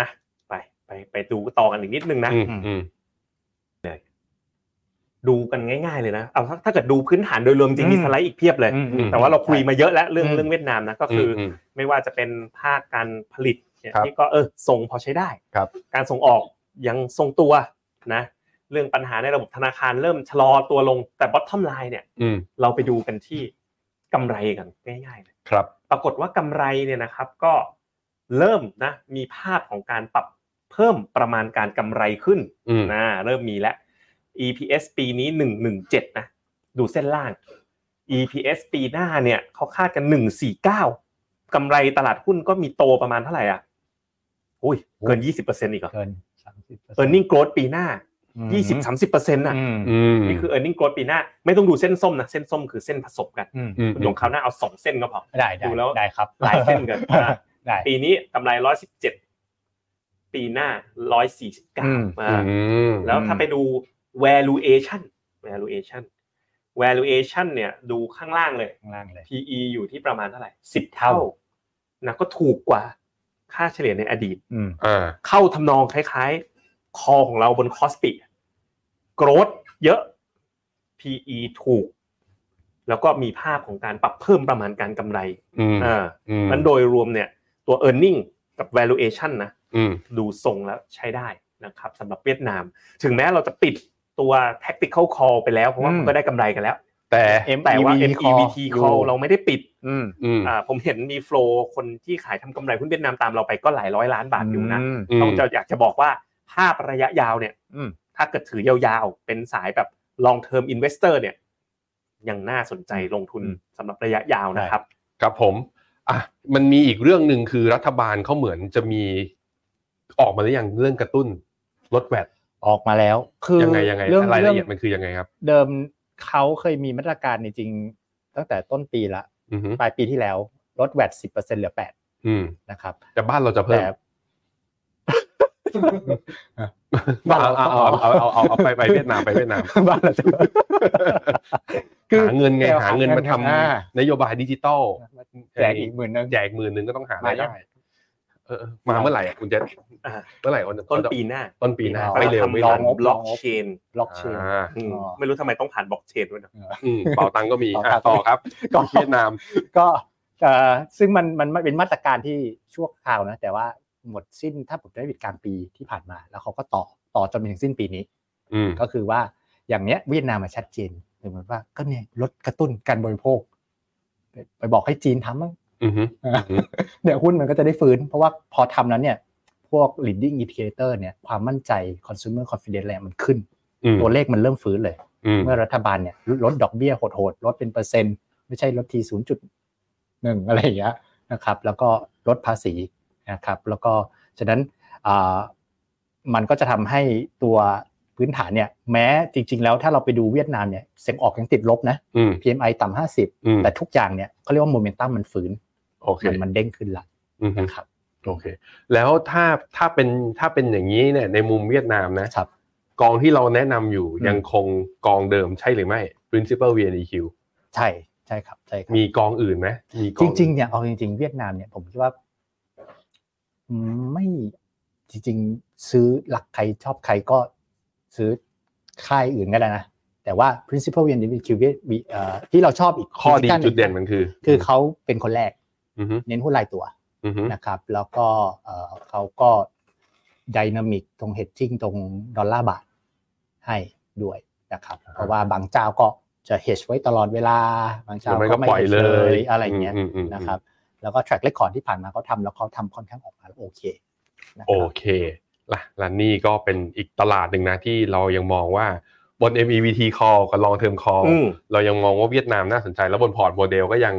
C: นะ ไปไปไปดูต่อกันอีกนิดนึงนะ
B: อืมอืม
C: ดูกันง่ายๆเลยนะ เอาถ้าถ้าเกิดดูพื้นฐานโดยรวมจริงมีสไลด์อีกเพียบเลย
D: อืมอืม
B: ม
C: แต่ว่าเราคุยมาเยอะแล้วเรื่อง
D: อืม
C: เรื่องเวียดนามนะก็คืออ
B: ม
C: ไม่ว่าจะเป็นภาคการผลิตเนี่ย
B: ครับ
C: ที่ก็เออส่งพอใช้ได้
B: ครับ
C: การส่งออกยังทรงตัวนะ เรื่องปัญหาในระบบธนาคารเริ่มชะลอตัวลงแต่ bottom line เนี่ย
B: อืม
C: เราไปดูกันที่กำไรกันง่ายๆเลย
B: ครับ
C: ปรากฏว่ากำไรเนี่ยนะครับก็เริ่มนะมีภาพของการปรับเพิ่มประมาณการกำไรขึ้น
B: อืม
C: นะเริ่มมีแล้ว EPS ปีนี้ 117 นะ ดูเส้นล่าง EPS ปีหน้าเนี่ยเขาคาดกัน 149 กำไรตลาดหุ้นก็มีโตประมาณเท่าไหร่อ่ะอุ้ยเกิน 20%อีกเหรอ
D: เกินสามสิบ
C: earning growth ปีหน้า 20-30%น่ะ
B: อืม
C: นี่คือ earning growth ปีหน้า ไม่ต้องดูเส้นส้มนะ เส้นส้มคือเส้นผสมกัน
B: ม
C: คุณหยงคราวหน้าเอาสองเส้นก็พอ
D: ได้
C: ดู
D: ได้
C: แล้ว
D: ได้ครับ
C: หลายเส้นเกิน
D: ได้
C: ปีนี้กำไร 117 ปีหน้า
D: อืม
C: 149อ่า
B: อืม
C: แล้วถ้าไปดู valuation valuation valuation เนี่ยดูข้างล่างเลย
D: ข้างล่างเลย
C: PE อยู่ที่ประมาณเท่าไหร่สิบเท่านะก็ถูกกว่าค่าเฉลี่ยในอดีต
D: อืม
B: อ่า
C: เข้าทำนองคล้ายๆ คอของเราบนคอสปีโกรดเยอะ PE ถูก แล้วก็มีภาพของการปรับเพิ่มประมาณการกำไร
B: อืม
C: อ่า
B: อืม
C: มันโดยรวมเนี่ยตัว e a r n i n g กับ valuation นะ
B: อืม
C: ดูทรงแล้วใช้ได้นะครับสำหรับเวียดนาม ถึงแม้เราจะปิดตัว tactical call ไปแล้วเพราะว่า
D: อืม
C: มันก็ได้กำไรกันแล้ว
B: แต่
D: MEV
C: แต่ว่า MEVT call
D: call
C: เราไม่ได้ปิด
D: อืม
B: อืม
C: อ่าผมเห็นมี flow คนที่ขายทำกำไรหุ้นเวียดนามตามเราไปก็หลายร้อยล้านบาทอยู่นะ
D: ม
C: ต้องจะอยากจะบอกว่าภาพระยะยาวเนี่ย
D: อืม
C: ถ้าเกิดถือยาวๆ เป็นสายแบบ long term investor เนี่ยยังน่าสนใจลงทุนสำหรับระยะยาวนะครับ
B: ครับผม อ่ะ มันมีอีกเรื่องหนึ่งคือรัฐบาลเขาเหมือนจะมีออกมาหรือยังเรื่องกระตุ้นลดแวด
D: ออกมาแล้ว คือ
B: ยังไงยังไง
D: เรื่อง
B: รายละเอีย
D: เรื่
B: ด
D: อง
B: มันคือยังไงครับ
D: เดิมเขาเคยมีมาตรการจริงๆตั้งแต่ต้นปีละ
B: อือหือ
D: ปลายปีที่แล้วลดแวดสิบเปอร์เซ็นเหลือแปด
B: อืม
D: นะครับ
B: แต่บ้านเราจะเพิ่
D: แต่
B: มบ้านเราเอาเอาเอาเอาเอาเอาไปไปเวียดนามไปเวียดนาม
D: บ้านเราจะ
B: หาเงินไงหาเงินมาทำ
D: อ่
B: นโยบายดิจิตอล
D: แจกอีกหมื่นนึง
B: แจกหมื่นหนึ่งก็ต้องหา
D: มาได้
B: รายได้เออเออมาเมื่อไหร่อ่ะคุณเจษ
C: อ่า
B: เมื่อไหร่อ
C: ต้นปีหน้า
B: ต้นปีหน้า
D: ป
B: ไม่เร็ว
C: ทำ
B: ไม่
C: ลอ
B: เร็
C: ง
B: ว
D: งบ
C: บล็อกเชน
D: ล็อกเชน
B: อ่า
D: อ๋อ
C: ไม่รู้ทำไมต้องผ่านบล็อกเชนด้วยนะ
B: อืมเป่าตังก็มีอ่ะ
D: เป่า
B: ต่อค
D: ตังค์
B: รับ
D: ก็
B: เวียดนาม
D: ก็เอ่อซึ่งมันมันมันเป็นมาตรการที่ชั่วคราวนะ แต่ว่าหมดสิ้นถ้าผมจำไม่ผิดกลางปีที่ผ่านมา แล้วเขาก็ต่อต่อจนไปถึงสิ้นปีนี้
B: อืม
D: ก็คือว่าอย่างเนี้ยเวียดนามมาชัดเจนเหมือนว่าก็เนี่ยลดกระตุ้นการบริโภค ไปบอกให้จีนทำมั้ง
B: อือฮึ อืม
D: เดี๋ยวหุ้นมันก็จะได้ฟื้น เพราะว่าพอทำแล้วเนี่ย พวก leading indicator เนี่ยความมั่นใจ consumer confidence อะไรมันขึ้น
B: อืม
D: ตัวเลขมันเริ่มฟื้นเลย
B: อืม
D: เมื่อรัฐบาลเนี่ยลดดอกเบี้ยโหดๆลดเป็นเปอร์เซ็นต์ ไม่ใช่ลดทีศูนย์จุดหนึ่งอะไรอย่างเงี้ยนะครับ แล้วก็ลดภาษีนะครับ แล้วก็ฉะนั้นอ่ามันก็จะทำให้ตัวพื้นฐานเนี่ยแม้จริงๆ แล้วถ้าเราไปดูเวียดนามเนี่ยเสียงออกยังติดลบนะ
B: อืม
D: PMI ต่ำห้าสิบ
B: อืม
D: แต่ทุกอย่างเนี่ยเขาเรียกว่าโมเมนตัมมันฟื้น
B: โอเค
D: มันมันเด้งขึ้นละ
B: อือฮึ
D: นะครับ
B: โอเค แล้วถ้าถ้าเป็นถ้าเป็นอย่างนี้เนี่ย ในมุมเวียดนามนะ
D: ครับ
B: กองที่เราแนะนำอยู่
D: อืม
B: ยังคงกองเดิมใช่หรือไม่ principal VNEQ
D: ใช่ใช่ครับใช่ครับ
B: มีกองอื่นไหมมีก
D: จ
B: อง
D: ริงๆเนี่ยเอาจริง ๆ เวียดนามเนี่ยผมคิดว่าอืมไม่จริง ๆ ซื้อหลักใครชอบใครก็ซื้อค่ายอื่นก็ได้นะ แต่ว่า principal v n d q เอ่อที่เราชอบอีก
B: ข้อดี
D: ที่ก้าห
B: จุดเด่นมันคือ
D: คือเขาเป็นคนแรก
B: อือฮึ
D: เน้นหุ้นรายตัว
B: อือฮึ
D: นะครับ แล้วก็เอ่อเขาก็ดินามิกตรงเฮดจิ้งตรงดอลลาร์บาทให้ด้วยนะครับ เพราะว่าบางเจ้าก็จะเฮดไว้ตลอดเวลา บาง
B: หรื
D: เจ้า
B: อไม่ก็
D: ก็ไม่
B: ปล่อย
D: hedge
B: เลย
D: อะไรอย่างเงี้ย
B: มอืมอืม
D: นะครับแล้วก็ track record ที่ผ่านมาเขาทำแล้วเขาทำค่อนข้างออกมาแล้วโอเคนะค
B: โอ
D: รับ
B: เคล่ะและนี่ก็เป็นอีกตลาดหนึ่งนะที่เรายังมองว่าบน MEVT call กับ long term call
C: อืม
B: เรายังมองว่าเวียดนามน่าสนใจแล้วบนพอร์ตโมเดลก็ยัง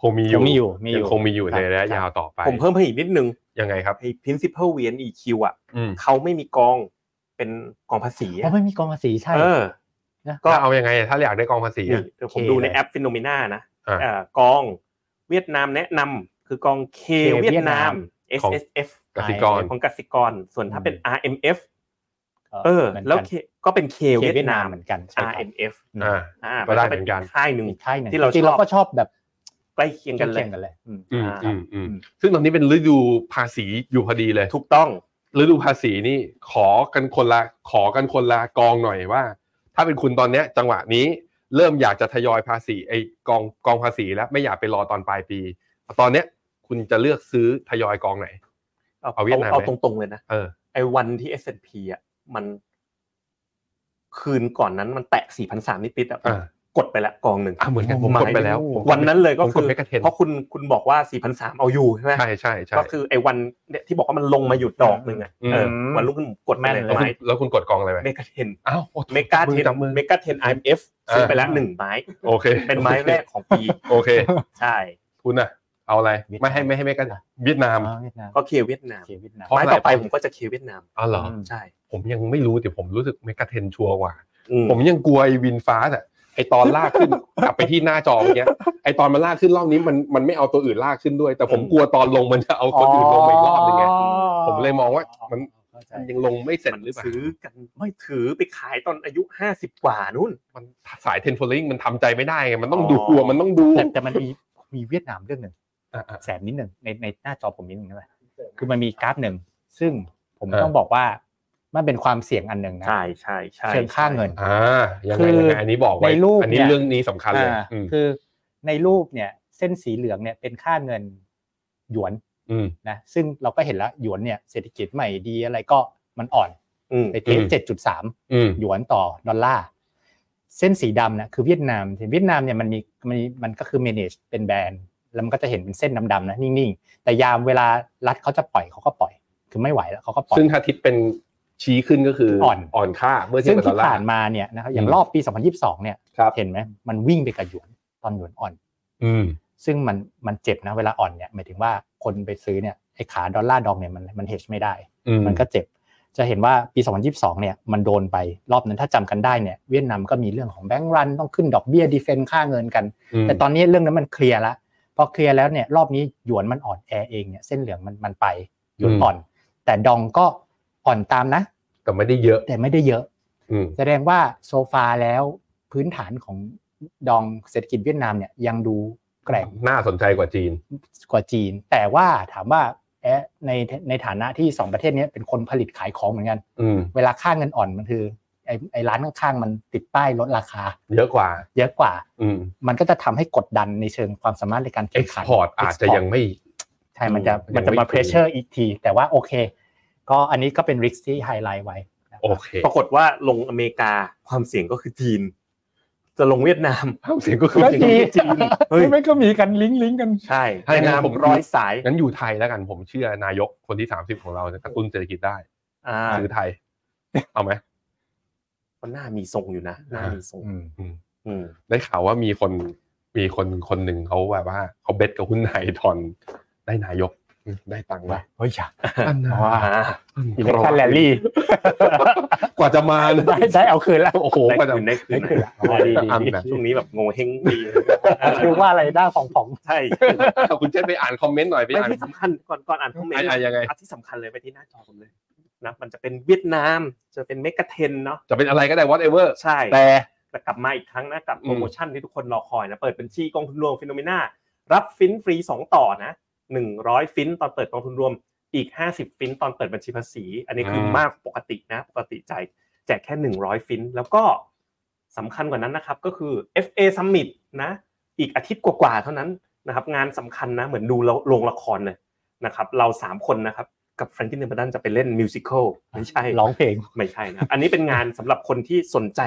B: คงมีอยู่
D: คงมีอยู่มีอยู่
B: งคงมีอยู่
D: ครับ
B: ในระยะยาวต่อไป
C: ผมเพิ่มให้อีกนิดนึง
B: ยังไงครับ
C: ไอ้ principal VNEQ อ่ะ
B: อืม
C: เขาไม่มีกองเป็นกองภาษี
D: เพราะไม่มีกองภาษีใช่
C: เออ ก็
B: ก็เอายังไง ถ้าอยากได้กองภาษี
C: นี่
B: อะ
C: เดี๋ยว
D: โอเค
C: ผมดูใน
D: เลย
C: แอปฟิโนเมนานะ
B: อ่า
C: เอ่อกองเวียดนามแนะนำคือกอง K
D: เวี
C: เวี
D: ย
C: ย
D: ดนาน
C: ดาม ม
B: ของ
C: SSF
B: กสิกร
C: ของกสิกร ส่วนถ้าเป็น RMF
D: ก็
C: เออ
D: หมืนกัน
C: แล้ว K ก็เป็น K
D: เค
C: เวีย
D: เวียดนา
C: ดา
D: น
C: ม ม
D: เหมือนกันใช่ครับ
C: RMF
D: ม
B: อ่า
C: อ่า
B: ก็ได้เหมือนกัน
C: แล้วป็ค่ายหนึ่ง
D: อีกค่ายหนึ่ง
C: ที่เรา
D: จริงๆเรา
C: ชอบ
D: ก็ชอบแบบ
C: ใกล้เคียงกันเล
D: เคี
C: ย
D: ยงกันเลยอืม
B: อืม
C: อ่า
B: อืมอืม
D: อืม
B: ซึ่งตอนนี้เป็นฤดูภาษีอยู่พอดีเลย
C: ถูกต้อง
B: ฤดูภาษีนี่ขอกันคนละขอกันคนละกองหน่อยว่า ถ้าเป็นคุณตอนเนี้ย จังหวะนี้เริ่มอยากจะทยอยภาษีไอ้กองกองภาษีแล้วไม่อยากไปรอตอนปลายปี ตอนเนี้ยคุณจะเลือกซื้อทยอยกองไหน
C: เอา
B: เอาเวียดนามไหม
C: เอาตรงๆเลยนะ
B: เออ
C: ไอ้วันที่ S&P อ่ะมันคืนก่อนนั้นมันแตะ 4,300นิดๆอ่ะผม
B: อ่า
C: กดไปละกองหนึ่ง
B: อ่ะเหมือนกันผมกดไปแล้วผมกด
C: วันนั้นเลยก็
B: ผม
C: คื
B: ด
C: อ
B: เมกะเทน
C: เพราะคุณคุณบอกว่า 4,300 เอาอยู่ใช่ไหม
B: ใช่ใช่ใช่
C: ก็คือไอ้วันเนี่ยที่บอกว่ามันลงมาหยุดดอกหนึ่งอะ
B: อืม
C: เออวันรุ่งขึ้นผมกดแม่น
D: แม่นเลย
B: แล้ว
C: ไม้
B: คุณแล้วคุณกดกองอะไรไป
C: เมกาเทน
B: อ้าวโอ้
C: เมกา
B: จับ
C: เท
B: อน จับมือ
C: เมกาเทน IMF ซื้อไปแล้วหนึ่งไม้
B: โอเค
C: เป็นไม้แรกของปี
B: โอเค
C: ใช่
B: คุณอะ เอาอะไร
D: เวียด
B: ไม่
D: นาม
B: ให้ไม่ให้ไม่กันเวียดนาม
D: อ๋อเวียดนาม
C: ก็เคลียร์เวียดนาม
D: โอเคเวียดนาม
B: เพราะ
C: ไม้ต่อไป
B: อะไร
C: ผมก็จะเคลียร์เวียดนาม
B: อ๋อเหรอ
D: ม
C: ใช่
B: ผมยังไม่รู้แต่ผมรู้สึกเมกาเทนชัวร์กว่า
C: อืม
B: ผมยังกลัวไอ้วินฟ้าอะไอตอนลาก ขึ้น กลับไปที่หน้าจอเมื่อกี้ไอตอนมันลากขึ้นรอบนี้มันมันไม่เอาตัวอื่นลากขึ้นด้วย แต่ผมกลัวตอนลงมันจะเอาตัวอื่นลงไปอีกรอบหนึงไง ผมเลยมองว่ามัน
D: เข้าใจ
B: มันยังลงไม่เสร็จ
C: มัน
B: หรือเปล่า
C: ซื้อกันไม่ถือไปขายตอนอายุห้าสิบกว่านู่น
B: มันสายเทนโฟลิงมันทำใจไม่ได้ไงมันต้อง
C: อ๋อ
B: ดูกลัวมันต้องดู
D: แต่แต่มันมีมีเวียดนามเรื่องหนึ่ง
B: อ่ะอ่ะ
D: แสบนิดหนึ่งในในหน้าจอผมนิดหนึ่งได้ไหมคือมันมีกราฟหนึ่งซึ่งผม
B: เออ
D: ต้องบอกว่ามันเป็นความเสี่ยงอันหนึ่งนะ
C: ใช่ใช่ใช่
D: เชิงค่าเงิน
B: อ่ายัง
D: คื
B: ไง
D: อ
B: ยังไงอันนี้บอกไว้
D: ในรูป
B: อันนี้
D: เนี่ย
B: เรื่องนี้สำคัญเลย
D: อ่า
B: อืม
D: คือในรูปเนี่ยเส้นสีเหลืองเนี่ยเป็นค่าเงินหยวน
B: อืม
D: นะซึ่งเราก็เห็นแล้วหยวนเนี่ยเศรษฐกิจใหม่ดีอะไรก็มันอ่อน
C: อืม
D: ไปเท
B: อื
D: ส
B: ม
D: เจ็ดจุดสาม
B: อืม
D: หยวนต่อดอลลาร์เส้นสีดำนะคือเวียดนามเวียดนามเนี่ยมันมีมันมีมันก็คือ manage เป็นแบรนด์แล้วมันก็จะเห็นเป็นเส้นดำๆนะนิ่งๆ แต่ยามเวลารัฐเขาจะปล่อยเขาก็ปล่อย คือไม่ไหวแล้วเขาก็ปล่อย
B: ซึ่งถ้าทิศเป็นชี้ขึ้นก็คือ
D: อ่อน
B: อ่อนค่าเมื่อเทีย
D: ซึ่
B: บ
D: ง
B: กับดอ
D: ที่
B: ลลา
D: ผ่า
B: ร์
D: นมาเนี่ยนะครับอย่า
B: อื
D: ง
B: ม
D: รอบปี 2022 เนี่ย
B: ครับ
D: เห็นไหมมันวิ่งไปกับหยวนตอนหยวนอ่อน
B: อืม
D: ซึ่งมันมันเจ็บนะเวลาอ่อนเนี่ยหมายถึงว่าคนไปซื้อเนี่ยไอ้ขาดอลลาร์ดองเนี่ยมันมันเฮชไม่ได้
B: อืม
D: มันก็เจ็บ จะเห็นว่าปี 2022 เนี่ยมันโดนไปรอบนั้นถ้าจำกันได้เนี่ยเวียดนามก็มีเรื่องของแบงก์รันต้องขึ้นดอกเบี้ยดีเฟนค่าเงินกัน
B: ม
D: แต่ตอนนี้เรื่องนั้นมันเคลียร์ละพอเคลียร์แล้วเนี่ยรอบนี้หยวนมันอ่อนแอเองเนี่ยเส้นเหลืองมันมันไปหยวนอ่อน แต่ดองก็อ่อนตามนะ
B: แต่ไม่ได้เยอะ
D: แต่ไม่ได้เยอะ
B: อืม
D: แสดงว่าโซฟาแล้วพื้นฐานของดองเศรษฐกิจเวียดนามเนี่ยยังดูแกร่ง
B: น่าสนใจกว่าจีน
D: กว่าจีน แต่ว่าถามว่าแอะในในฐานะที่ 2 ประเทศเนี้ยเป็นคนผลิตขายของเหมือนกัน
B: อืม
D: เวลาค่าเงินอ่อนมันคือไอ้ไอ้ร้านข้างๆมันติดป้ายลดราคา
B: เยอะกว่า
D: เยอะกว่า
B: อืม
D: มันก็จะทำให้กดดันในเชิงความสามารถในการ
B: เอ็ก
D: แข่ง
B: ซ์
D: ขัน
B: พอร์ตอาจจะ
D: export
B: ยังไม่
D: ใช่มันจะ
B: อืม
D: มันจะ
B: ยังไม่
D: มา
B: ถึง
D: เพรสเชอร์อีกที แต่ว่าโอเค ก็อันนี้ก็เป็นริกที่ไฮไลท์ไว้นะครับ
B: โอเค
C: ปรากฏว่าลงอเมริกาความเสี่ยงก็คือจีน จะลงเวียดนาม
B: ห้ามเสียงก็คือ
D: ก็
B: เสียง
D: ดี
B: ของจีน
C: เฮ้ย
D: ไม่ก็มีกันลิงก์ลิงก์กัน
C: ใช่
B: ถ้าอ
C: เวีย
B: ย่างนั้น
C: ดนาม
B: ผม
C: ร้อยสาย
B: งั้นอยู่ไทยแล้วกันผมเชื่อนายกคนที่ 30 ของเราจะกระตุ้นเศรษฐกิจได้
C: อ่า
B: ซื้อไทย เอาไหม
C: ก็น่ามีทรงอยู่นะน่ามีทรงอืม
B: ได้ข่าวว่ามีคนมีคนคนหนึ่งเขาแบบว่าเขาเบ็ดกับหุ้นไทยทอนได้นายกอืมได้ตังค์มา
D: เฮ้ยอย่า
B: อันนะ
D: ว่า
C: อ่า
D: อิเล็กชันแลลี่
B: กว่าจะมานะ
D: ได้ได้เอาคืนแล้ว
B: โอ้โห
C: ได้
B: กว่าจะ
C: คืนได้คืน
D: ได้คืนละอ๋อดีดี
B: อันนะ
C: ช่วงนี้แบบงงเฮงดี
D: คิดว่าอะไรหน้าของผม
C: ใช่
B: คุณเจษไปอ่านคอมเมนต์หน่อยไป
C: ไม่
B: อ่าน
C: ที่สำคัญก่อนก่อนอ่านคอมเมนต์
B: อ่ะอ่ะยังไง
C: อันที่สำคัญเลยไปที่หน้าจอผมเลยนะมันจะเป็นเวียดนามจะเป็นเมกะเทนเนาะ
B: จะเป็นอะไรก็ได้ whatever
C: ใช่
B: แต่
C: แต่กลับมาอีกครั้งนะกับ
B: อืม
C: โปรโมชั่นที่ทุกคนรอคอยนะเปิดบัญชีกองทุนรวมฟิโนเมนารับฟินฟรี 2 ต่อนะ 100 ฟินตอนเปิดกองทุนรวมอีก 50 ฟินตอนเปิดบัญชีภาษี อันนี้คือมากกว่าปกตินะปกติจ่ายแจกแค่ 100 ฟินแล้วก็สำคัญกว่านั้นนะครับก็คือ FA Summit นะอีกอาทิตย์กว่าๆเท่านั้นนะครับงานสำคัญนะเหมือนดูโรงละครเลยนะครับเรา 3 คนนะครับกับแฟรงกินเนปดันจะไปเล่นมิวสิควลไม่ใช่
D: ร้องเพลง
C: ไม่ใช่นะอันนี้เป็นงานสำหรับคนที่สนใจ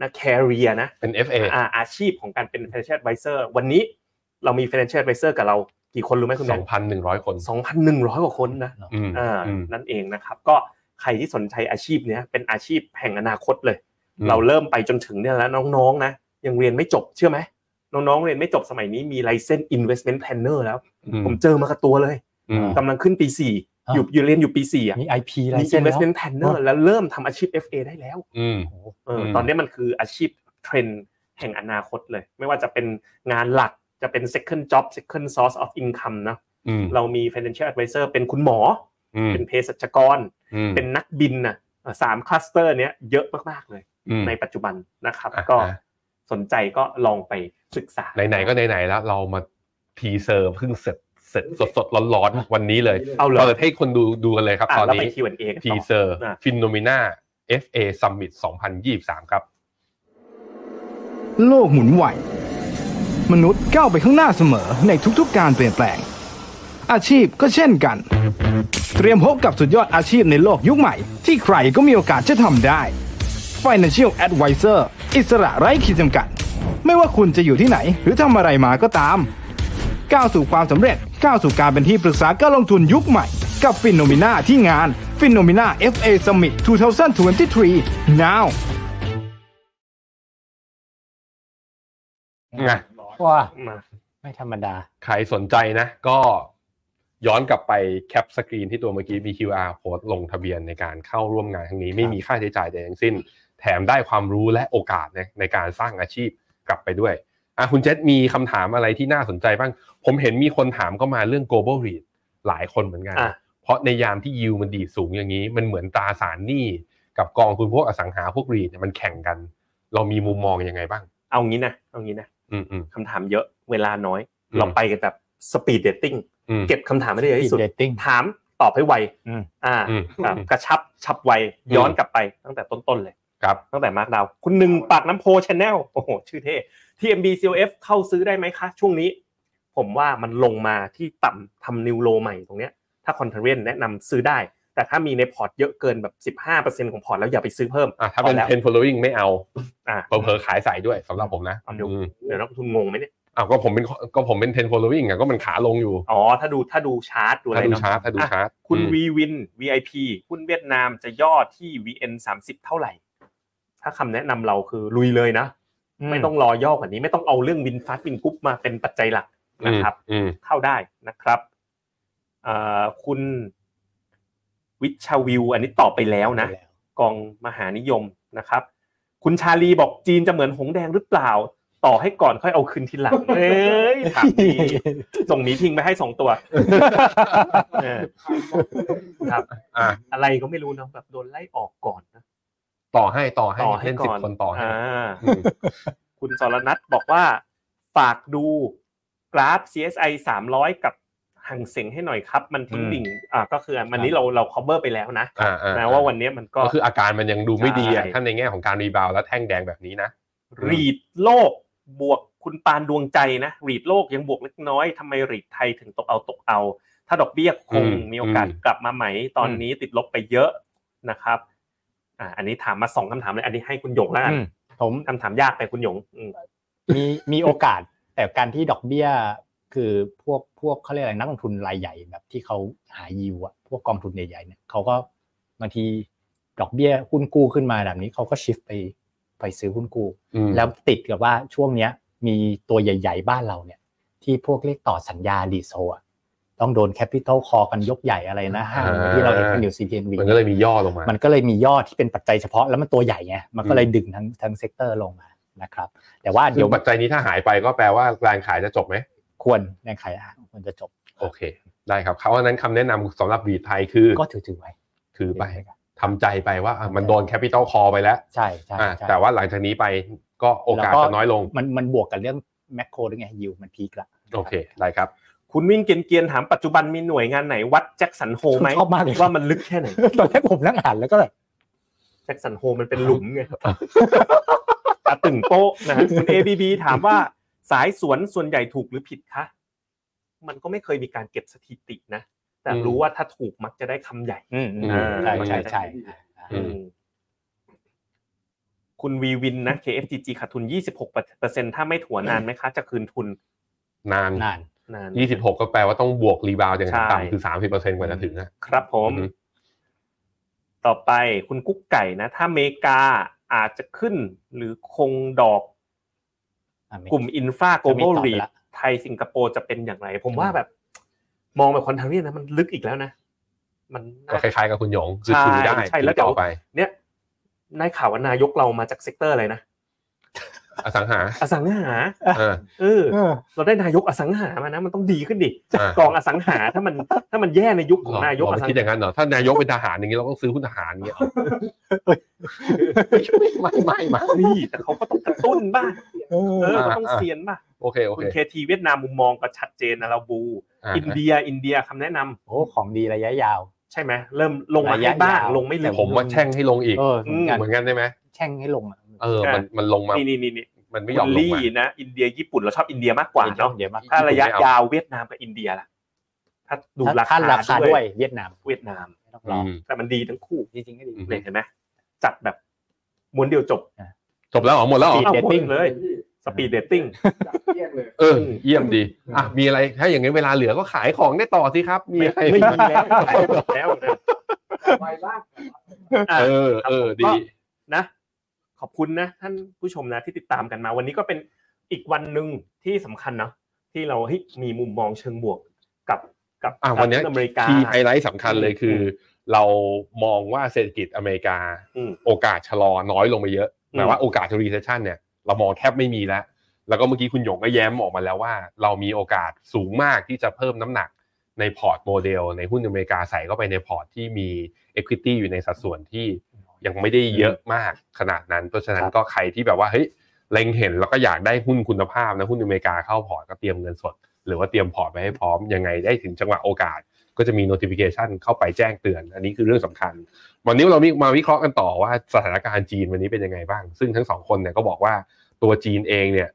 C: นะแคริเอนะ
B: เป็น FA
C: อ่าอาชีพของการเป็น financial advisor วันนี้เรามี financial advisor กับเรากี่คนรู้ไหมคุณแม่
B: 2,100 คน
C: สองพันหนึ่งร้อยกว่าคนนะ
B: อืม
C: อ่า
B: อืม
C: นั่นเองนะครับ ก็ใครที่สนใจอาชีพเนี้ยเป็นอาชีพแห่งอนาคตเลย
B: อืม
C: เราเริ่มไปจนถึงเนี่ยแล้วน้องๆนะยังเรียนไม่จบเชื่อไหมน้องๆเรียนไม่จบสมัยนี้มี license investment planner แล้ว
B: อื
C: ผมเจอมากับตัวเลย
B: อืม
C: กำลังขึ้นปีสี่
D: อ่า
C: อยู่อยู่เรียนอยู่ปีสี่อ่ะ
D: มี IP ไล
C: มี
D: เซนแล้ว
C: investment planner แล้วเริ่มทำอาชีพ FA ได้แล้ว
B: อืม
D: โอ้โห
C: เอออ
B: ม
C: ตอนนี้มันคืออาชีพเทรนด์แห่งอนาคตเลย ไม่ว่าจะเป็นงานหลักจะเป็น second job second source of income นะ
B: อืม
C: เรามี financial advisor เป็นคุณหมอ
B: อืม
C: เป็นเภสัชกร
B: อืม
C: เป็นนักบินนะเอ่อสามคลัสเตอร์เนี้ยเยอะมาก ๆ เลย
B: อืม
C: ในปัจจุบันนะครับ
B: อ่ะ
C: ก็
B: อ่ะ
C: สนใจก็ลองไปศึกษา
B: ไหนๆก็ไหนๆแล้วเรามาทีเซอร์เพิ่งเสร็จเสร็จสดๆร้อนๆวันนี้เลย
C: เอาเลย
B: เปิดให้คนดูดูกันเลยครับ
C: อ่ะ
B: ตอน
C: แล้วไป
B: นี้
C: Q&A กัน
B: ที
C: ต่อ
B: เซอร์
C: อ่ะ
B: ฟินโนเมนา FA Summit 2023 ครับ
E: โลกหมุนไว มนุษย์ก้าวไปข้างหน้าเสมอในทุกๆการเปลี่ยนแปลง อาชีพก็เช่นกัน เตรียมพบกับสุดยอดอาชีพในโลกยุคใหม่ ที่ใครก็มีโอกาสจะทำได้ Financial Advisor อิสระไร้ขีดจำกัด ไม่ว่าคุณจะอยู่ที่ไหน หรือทำอะไรมาก็ตาม ก้าวสู่ความสำเร็จ ก้าวสู่การเป็นที่ปรึกษาการลงทุนยุคใหม่ กับฟินโนมิน่าที่งาน f i n o m i n a FA Summit 2023 now
B: ไง
D: ว่า
C: มา
D: ไม่ธรรมดา
B: ใครสนใจนะ ก็ย้อนกลับไปแคปสกรีนที่ตัวเมื่อกี้มี QR โค้ดลงทะเบียนในการเข้าร่วมงานครั้งนี้ ไม่มีค่าใช้จ่ายใดทั้งสิ้น แถมได้ความรู้และโอกาสในในการสร้างอาชีพกลับไปด้วยอ่ะคุณเจษมีคำถามอะไรที่น่าสนใจบ้าง ผมเห็นมีคนถามก็มาเรื่อง global r e a d หลายคนเหมือนกัน
C: อ่ะ
B: เพราะในยามที่ยิวมันดีดสูงอย่างนี้ มันเหมือนตราสารหนี้กับกองทุนพวกอสังหาพวกรีดเนี่ยมันแข่งกัน เรามีมุมมองยังไงบ้าง
C: เอางี้นะเอางี้นะ
B: อืมอืม
C: คำถามเยอะเวลาน้อย
B: อืม
C: เราไปกันแบบสปีดเดตติ้ง
B: อืม
C: เก็บคำถามให้ได้เยอะที่สุด
D: Speed dating
C: ถามตอบให้ไว
D: อืม
C: อ่า
B: อืม
C: แบบกระชับชับไว
B: อืม
C: ย้อนกลับไปตั้งแต่ต้นๆเลย
B: ครับ
C: ตั้งแต่มาร์คดาวน์คุณหนึ่งปากน้ำโพชแนลโอ้โห ชื่อเท่ TMB CLF เข้าซื้อได้ไหมคะ ช่วงนี้ ผมว่ามันลงมาที่ต่ำทำนิวโลใหม่ตรงเนี้ย ถ้าคอนเทนเวนแนะนำซื้อได้ แต่ถ้ามีในพอร์ตเยอะเกินแบบ 15%ของพอร์ตแล้วอย่าไปซื้อเพิ่ม
B: อ่ะถ้าเป็น
C: พอแล้ว
B: trend following ไม่เอา
C: อ่ะ
B: เผลอๆขายใส่ด้วยสำหรับผมนะ
C: เอาเดี๋ยว
B: อืม
C: เดี๋ยวนักลงทุนงงไหมเนี่ย
B: อ้าวก็ผมเป็นก็ผมเป็น trend following อะก็มันขาลงอยู่
C: อ๋อ ถ้าดูถ้าดูชาร์ตดูอะไร
B: ถ้าดู
C: เนาะ
B: ชาร์ตถ้าดูชาร์ต
C: คุณ
B: อืม
C: วีวิน VIP หุ้นเวียดนามจะย่อที่ VN 30 เท่าไหร่ ถ้าคำแนะนำเราคือลุยเลยนะ ไม่ต้องรอย่อกว่านี้ไม่ต้องเอาเรื่องวินฟัสวินกรุ๊ปมาเป็นปัจจัยหลักนะครับ
B: อืม
C: เข้าได้นะครับเอ่อคุณวิชาวิว อันนี้ตอบไปแล้วนะ กองมหานิยมนะครับ คุณชาลีบอกจีนจะเหมือนหงแดงหรือเปล่า ต่อให้ก่อนค่อยเอาคืนทีหลั ง เอ้ยถามดีส่งหมีทิ้งไปให้สองตัวเออครับ
B: อ่ะ
C: อะไรก็ไม่รู้เนอะแบบโดนไล่ออกก่อนนะ
B: ต่อให้ต่อให้
C: ต่อให้
B: เล่น
C: ก่
B: สิบ
C: อน
B: คนต่อให้
C: อ่า
B: อืม
C: คุณสรนัทบอกว่าฝากดูกราฟ CSI 300 กับหังเสงให้หน่อยครับ มันทิ้งดิ่งอ่าก็คืออันนี้เราเรา cover ไปแล้วนะ
B: อ่าอ่า
C: นะว่าวันนี้มันก็
B: ก็คืออาการมันยังดูไม่ดีอ่ะ
C: ใช่
B: ท่านในแง่ของการรีบาวแล้วแท่งแดงแบบนี้นะ
C: รีดโลกบวกคุณปานดวงใจนะ รีดโลกยังบวกเล็กน้อยทำไมรีดไทยถึงตกเอาตกเอา ถ้าดอกเบี้ยคง
B: อืม
C: มีโอกาส
B: อืม
C: กลับมาไหมตอนนี้ติดลบไปเยอะนะครับอ่าอันนี้ถามมาสองคำถามเลย อันนี้ให้คุณหยงแล้วกัน
D: อืม ผม
C: คำถามยากไปคุณหยงอืม
D: มีมีโอกาส แต่การที่ดอกเบี้ย คือพวกพวกเขาเรียกอะไรนักลงทุนรายใหญ่แบบที่เขาหายิวอะพวกกองทุนใหญ่ๆเนี่ยเขาก็บางทีดอกเบี้ยหุ้นกู้ขึ้นมาแบบนี้เขาก็ชิฟไปไปซื้อหุ้นกู้
B: อืม
D: แล้วติดกับว่าช่วงเนี้ยมีตัวใหญ่ ๆ บ้านเราเนี่ย ที่พวกเรียกต่อสัญญาดีโซอะต้องโดนแคปิตอลคอกันยกใหญ่อะไรนะห้างที่เราเห็นเป็นอยู่ CTNV
B: มันก็เลยมีย่อลงมาม
D: มันก็เลยมียอดที่เป็นปัจจัยเฉพาะแล้วมันตัวใหญ่ไงมันก็เลยดึงทั้งทั้งเซกเตอร์ลงมานะครับ แต่ว่า
B: เดี๋
D: เดี๋
B: ย
D: ยว
B: วปัจจัยนี้ถ้าหายไปก็แปลว่าแรงขายจะจบไหม
D: ควรแรงขายอาหารควรจะจบ
B: โอเค ได้ครับเขาอันนั้นคำแนะนำสำหรับบีทไทยคือ
D: ก็ถือถือไว้
B: ถือไปทำใจไปว่าอ่ะมันโดนแคปิตอลคอไปแล้ว
D: ใช่ใช่
B: อ่ะ
D: ใช่
B: แต่ว่าหลังจากนี้ไปก็โอกาสจะน้อยลง
D: มันมันบวกกับเรื่องแมคโครด้วยไงยิวมันพีคละ
B: โอเค ได้ครับ
C: คุณวิ่งเกรียนเกียนๆถามปัจจุบันมีหน่วยงานไหนวัดแจ็คสันโฮไหม
D: ชอบมากเลย
C: ว่ามันลึกแค่ไหน
D: ตอนแรกผมนั่งอ่านแล้วก็แบบ
C: แจ็คสันโฮมันเป็นหลุมไงตาตึงโป๊ะนะฮะคุณ ABB ถามว่าสายสวนส่วนใหญ่ถูกหรือผิดคะมันก็ไม่เคยมีการเก็บสถิตินะ แต่
B: อืม
C: รู้ว่าถ้าถูกมักจะได้คำใหญ่
D: อืมอืม
B: อืม
D: ใช่ใช่ใช่
B: อืม
C: คุณวีวินนะ KFGG ขาดทุน 26%ถ้าไม่ถัวนานไหมคะ จะคืนทุน
B: นาน
D: นาน
C: นาน
B: 26 ก็แปลว่าต้องบวกรีบาวอย่าง
C: ใช่
B: ต่ำคือ 30%กว่าจะถึงนะ
C: ครับผม
B: อือฮึ
C: ต่อไปคุณกุ๊กไก่นะ ถ้าอเมริกาอาจจะขึ้นหรือคงดอกกลุ่มอินฟาโกลบอล
D: จะมีตอบ
C: รี
D: ละ
C: ไทยสิงคโปร์จะเป็นอย่างไร ผมว่าแบบ มองแบบคอนเทนเนอร์นะมันลึกอีกแล้วนะ มันน่า
B: ก็คล้ายๆกับคุณหยงคือ
C: ใช่
B: ถือได้
C: ใช่แล้ว
B: ถือต่อ
C: เดี๋ยว
B: ไป
C: เนี่ยได้ข่าวว่านายกเรามาจากเซกเตอร์อะไรนะ
B: อสังหา
C: อสังหา
B: เออ
C: เออเราได้นายกอสังหามานะ มันต้องดีขึ้นดิ
B: อ่ะ
C: กองอสังหาถ้ามันถ้ามันแย่ในยุคของนายก
B: เร
C: อ
B: ไม่
C: สัง
B: คิดอ
C: หา
B: ย่างนั้นเหรอถ้านายกเป็นทหารอย่างนี้เราต้องซื้อหุ้นทหารอย่างเงี้ยไม่ไม่ไม่
C: นี่แต่เขาก็ต้องกระตุ้นบ้าง
D: เอ
C: เออ
D: อ
C: เขาต้อง
B: อ่ะ
C: เซียนบ้าง
B: โอเคโอ
C: คุ
B: เค
C: ณเคทีเวียดนามมุมมองก็ชัดเจนนะเราบู
B: อ่ะ
C: อินเดียอินเดียคำแนะนำ
D: โอ้ของดีระยะยาว
C: ใช่ไหมเริ่มลงมาให้บ้าง
D: ระยะยาว
C: ลงไม่ลึก
B: ผมว่าแช่งให้ลงอีก
D: เออเหมือนกัน
B: เหมือนกันได้ไหม
D: แช่งให้ลงอะ
B: เออ
C: ใช่
B: มัน มันลงมา
C: นี่นี่นี่นี่
B: มันไม่ยอ
C: คุ
B: ม
C: ณ
B: ลง
C: ลี่
B: มา
C: นะอินเดียญี่ปุ่นเราชอบอินเดียมากกว่าเนาะ
D: เดี๋ยวมาก
C: ถ้าระยะ
B: ญี่ปุ่นไม่เอา
C: ยาวเวียดนามกับอินเดียล่ะถ้าดูรา
D: ถ้า
C: คา
D: ราคาด้วยเวียดนาม
C: เวียดนาม
D: ไม่ต้องร
B: อื
D: อ
B: ม
C: แต่มันดีทั้งคู่
D: จริงๆก็ดี
B: อืม
C: เนี่ยเห็นไหมจัดแบบม้วนเดียวจบ
B: จบแล้วเหรอ หมดแล้วเหรอ
D: Speed
C: เอา
D: dating
C: หมดเลยสปีดเดตติ้ง
B: เออ เยี่ยมดี อ่ะ มีอะไร ถ้าอย่างนี้นเวลาเหลือก็ขายของได้ต่อสิครับ มีอะไร
C: ไม่มีแล้วขายหมดแล้วนะอ่ะ
B: เออ เออ ดี
C: นะขอบคุณนะท่านผู้ชมนะที่ติดตามกันมา วันนี้ก็เป็นอีกวันหนึ่งที่สำคัญเนาะ ที่เราเฮ้ยมีมุมมองเชิงบวกกับกับ
B: อ่ะวันเนี้ย
C: หุ้อเมริกา
B: ที่ไฮไลท์สำคัญเลยคือ เรามองว่าเศรษฐกิจอเมริกา
C: อืม
B: โอกาสชะลอน้อยลงไปเยอะ
C: อืม
B: หมายว่าโอกาสจะรีเซชชันเนี่ยเรามองแทบไม่มีแล้ว แล้วก็เมื่อกี้คุณหยงก็แย้มออกมาแล้วว่า เรามีโอกาสสูงมากที่จะเพิ่มน้ำหนักในพอร์ตโมเดล ในหุ้นอเมริกาใส่เข้าไปในพอร์ตที่มี Equity อยู่ในสัดส่วนที่ยังไม่ได้เยอะมากขนาดนั้น เพราะฉะนั้นก็ใครที่แบบว่าเฮ้ยเล็งเห็นแล้วก็อยากได้หุ้นคุณภาพนะหุ้นอเมริกาเข้าพอร์ตก็เตรียมเงินสด หรือว่าเตรียมพอร์ตไว้ให้พร้อมยังไงได้ถึงจังหวะโอกาส ก็จะมี notification เข้าไปแจ้งเตือน อันนี้คือเรื่องสำคัญ วันนี้เรามีมาวิเคราะห์กันต่อว่าสถานการณ์จีนวันนี้เป็นยังไงบ้าง ซึ่งทั้งสองคนเนี่ยก็บอกว่าตัวจีนเองเนี่ย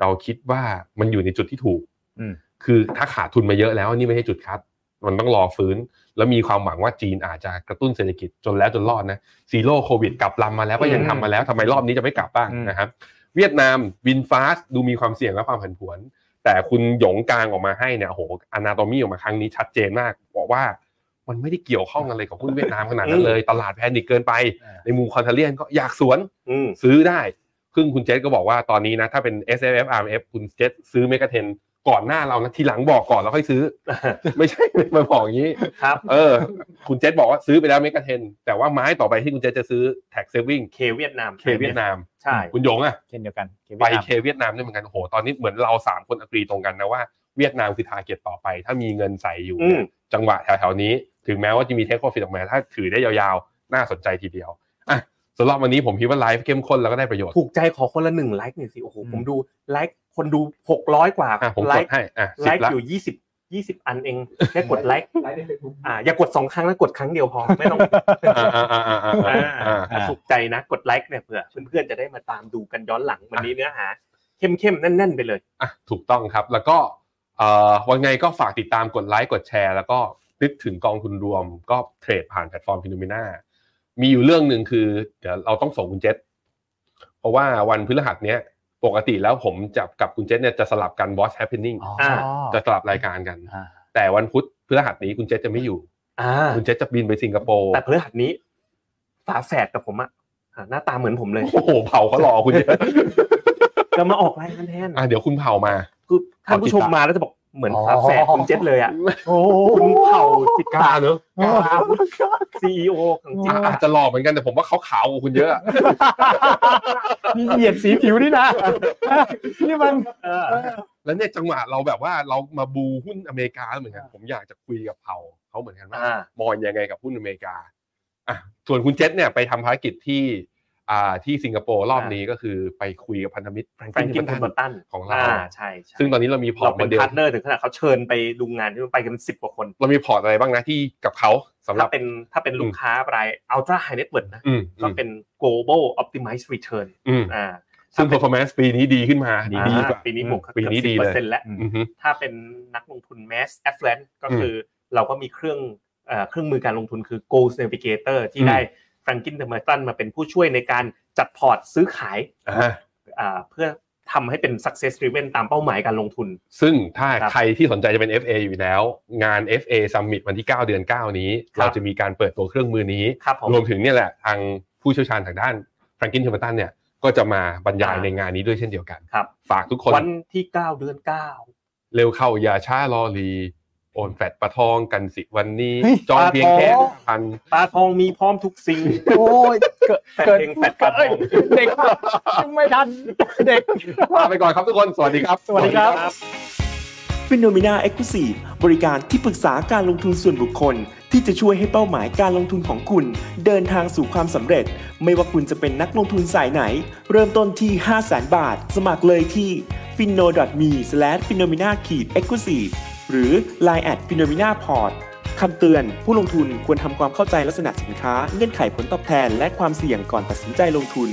B: เราคิดว่ามันอยู่ในจุดที่ถูก
D: อืม
B: คือถ้าขาดทุนมาเยอะแล้วนี่ไม่ใช่จุดคัด มันต้องรอฟื้น แล้วมีความหวังว่าจีนอาจจะกระตุ้นเศรษฐกิจจนแล้วจนรอดนะซีโร่โควิดกลับลำมาแล้วก็ยังทำมาแล้วทำไมรอบนี้จะไม่กลับบ้างนะครับ เวียดนามวินฟาสดูมีความเสี่ยงและความผันผวน แต่คุณหยงกลางออกมาให้เนี่ยโอ้โหอนาโตมีออกมาครั้งนี้ชัดเจนมาก บอกว่ามันไม่ได้เกี่ยวข้องอะไรกับหุ้นเวียดนามขนาดนั้นเลย ตลาดแพนิคเกินไป ในมุมคอนเทเลียนก็อยากสวน
C: อืม
B: ซื้อได้ซึ่งคุณเจษก็บอกว่าตอนนี้นะถ้าเป็น S F F R M F คุณเจษซื้อเมกะเทนก่อนหน้าเรานะทีหลังบอกก่อนแล้วค่อยซื้อ ไม่ใช่ มาบอกอย่างนี้
C: ครับ
B: เออ คุณเจษบอกว่าซื้อไปแล้วเมกะเทนแต่ว่าไม้ต่อไปที่คุณเจษจะซื้อแท็กเซฟวิ่ง
C: เคเวียดนาม
B: เคเวียดนาม
C: ใช่
B: คุณหยงอะ
D: เช่นเดียวกันเกม
B: ไป
D: เวียดนาม
B: เคเวียดนามด้วยเหมือนกันโอ้โหตอนนี้เหมือนเราสามคนอกรีตรงกันนะว่าเวียดนามคือทาร์เก็ตต่อไป ถ้ามีเงินใส่อยู่
C: อืม
B: จังหวะแถวๆนี้ ถึงแม้ว่าจะมีเทคโอฟิตออกมาถ้าถือได้ยาวๆ น่าสนใจทีเดียวอ่ะสำหรับวันนี้ผมคิดว่าไลฟ์เข้มข้นแล้วก็ได้ประโยชน์
C: ถูกใจขอคนละหนึ่งไลค์หน่อยสิโอ้โหผมดูไลค์คนดูหกร้อยกว่า
B: อ่ะผม
C: ไล
B: กด
C: ค์
B: ให้อ่ะ
C: ไล
B: สิบ
C: ค์
B: ละ
C: อยู่ยี่สิบยี่สิบอันเองแค่กดไลค์อ่าอย่ากดสองครั้งนะกดครั้งเดียวพอไม่ต้อง
B: อ่าอ่าอ่าอ่าอ่า
C: อ่า
B: อ่า
C: อ่าถูกใจนะกดไลค์เนี่ยเผื่อเพื่อนๆจะได้มาตามดูกันย้อนหลังวันนี้เนื้อหา เข้มๆแน่นๆไปเลย
B: อ่ะถูกต้องครับแล้วก็เอ่อวันไงก็ฝากติดตามกดไลค์กดแชร์ แล้วก็นึกถึงกองทุนรวมก็เทรดผ่านแพลตฟอร์มพิโนมิน่ามีอยู่เรื่องหนึ่งคือเดี๋ยวเราต้องส่งคุณเจษ เพราะว่าวันพฤหัสเนี้ยปกติแล้วผมจะกับคุณเจษเนี่ยจะสลับกัน Boss Happening
D: อ๋อ
C: อ่า
B: จะสลับรายการกัน
D: อ่า
B: แต่วันพุธพฤหัสนี้คุณเจษจะไม่อยู่
C: อ่า
B: คุณเจษจะบินไปสิงคโปร์
C: แต่พฤหัสนี้ฝาแฝดกับผมอะอ่าหน้าตาเหมือนผม เลย
B: โอ้โหเผาเขารอคุณเจษ
C: จะมาออกไลน์กันแทน
B: อ่ะเดี๋ยวคุณเผามา
C: คือท่านผู้ชมมาแล้วจะบอกเหมือน
D: อ๋อ
C: ฝาแฝดคุณเจษเลยอะ
D: โอ้
C: คุณเผ่าจิต
B: ก
C: กา
B: ล้าเนอะกล้า
C: ซีอีโอของจริ
B: อ่ะ
C: ง
B: อาจจะหล่อเหมือนกันแต่ผมว่าเขาขาวกว่าคุณเยอะ
D: มีเหยียดสีผิวนี่นะนี่มัน
C: เออ
B: แล้วเนี่ยจังหวะเราแบบว่าเรามาบูหุ้นอเมริกาเหมือนกันผมอยากจะคุยกับเผาเขาเหมือนกันว่า
C: อ่า
B: มองยังไงกับหุ้นอเมริกาอ่ะส่วนคุณเจษเนี่ยไปทำภารกิจที่อ่าที่สิงคโปร์รอบนี้ก็คือไปคุยกับพันธมิตรแฟรง
C: แฟรง
B: กิ
C: กิ
B: น
C: น
B: เท
C: เท
B: ม
C: ม
B: เบ
C: เบ
B: อ
C: อ
B: ร์
C: ร์
B: ตั
C: ตั
B: น
C: น
B: ของเรา
C: อ่ใช่ใช่
B: ซึ่งตอนนี้เรามีพอร์
C: เรา
B: ตโม
C: เป็น
B: เดล
C: พาร์ทเนอร์ถึงขนาดเขาเชิญไปดูงานที่นู่นไปกันสิบกว่าคน
B: เรามีพอร์ตอะไรบ้างนะที่กับเขาสำหรั
C: ถ้า
B: บ
C: เป็นถ้าเป็นลูกค้าราย ultra high net worth นะ
B: อืม
C: ก็เป็น global optimized return
B: อืม
C: อ่า
B: ซึ่ง performance ปีนี้ดีขึ้นมา
D: ดี
B: ดีกว่า
C: ปีนี้บวก
B: ปีนี้ดี
C: เปอ
B: เล
C: ร์เซ็น
B: ย
C: ต์แล้ว
B: อือฮึ
C: ถ้าเป็นนักลงทุน mass affluent ก็คืออเราก็มีเครื่องเอ่อเครื่องมือการลงทุนคือ gold navigator ที่
B: อืม
C: ได้ Franklin Templeton มาเป็นผู้ช่วยในการจัดพอร์ตซื้อขาย
B: อ่า
C: อ่าเพื่อทำให้เป็น success driven ตามเป้าหมายการลงทุน
B: ซึ่งถ้า
C: ครับ
B: ใครที่สนใจจะเป็น FA อยู่แล้ว งาน FA Summit วันที่ 9 เดือน 9 นี้
C: ครับ
B: เราจะมีการเปิดตัวเครื่องมือนี้
C: ครับผม
B: รวมถึงเนี่ยแหละทางผู้เชี่ยวชาญทางด้านแฟรงกินเทมเบอร์ตันเนี่ยก็จะมาบรรยายในงานนี้ด้วยเช่นเดียวกัน
C: ครับ
B: ฝากทุกคน
C: วันที่ 9 เดือน 9
B: เร็วเข้าอย่าช้ารอรีโอนแฟดประทองกันสิวันนี้
D: เฮ้ย
B: จองเพียงแค่
C: ปะทอง
B: พัน
C: ปลาทองมีพร้อมทุกสิ่ง
D: โอ้ยเกิด
C: แฟด
D: เกิด
C: เพลงแฟดปลาทอง
D: เด็กไม่ทันเด็ก
B: ลาไปก่อนครับทุกคน สวัสดีครับ
D: สวัสดีครับ
F: ฟิโนเมนาเอ็กซ์คลูซีฟบริการที่ปรึกษาการลงทุนส่วนบุคคล ที่จะช่วยให้เป้าหมายการลงทุนของคุณ เดินทางสู่ความสำเร็จ ไม่ว่าคุณจะเป็นนักลงทุนสายไหน เริ่มต้นที่ 5 0 0 0 0 0 บาท สมัครเลยที่ f i n o m e f i n o m e n a e x c l u s i v e หรือ line at f i n o m e n a p o r t คำเตือน ผู้ลงทุนควรทำความเข้าใจลักษณะสินค้าเงื่อนไขผลตอบแทน และความเสี่ยงก่อนตัดสินใจลงทุน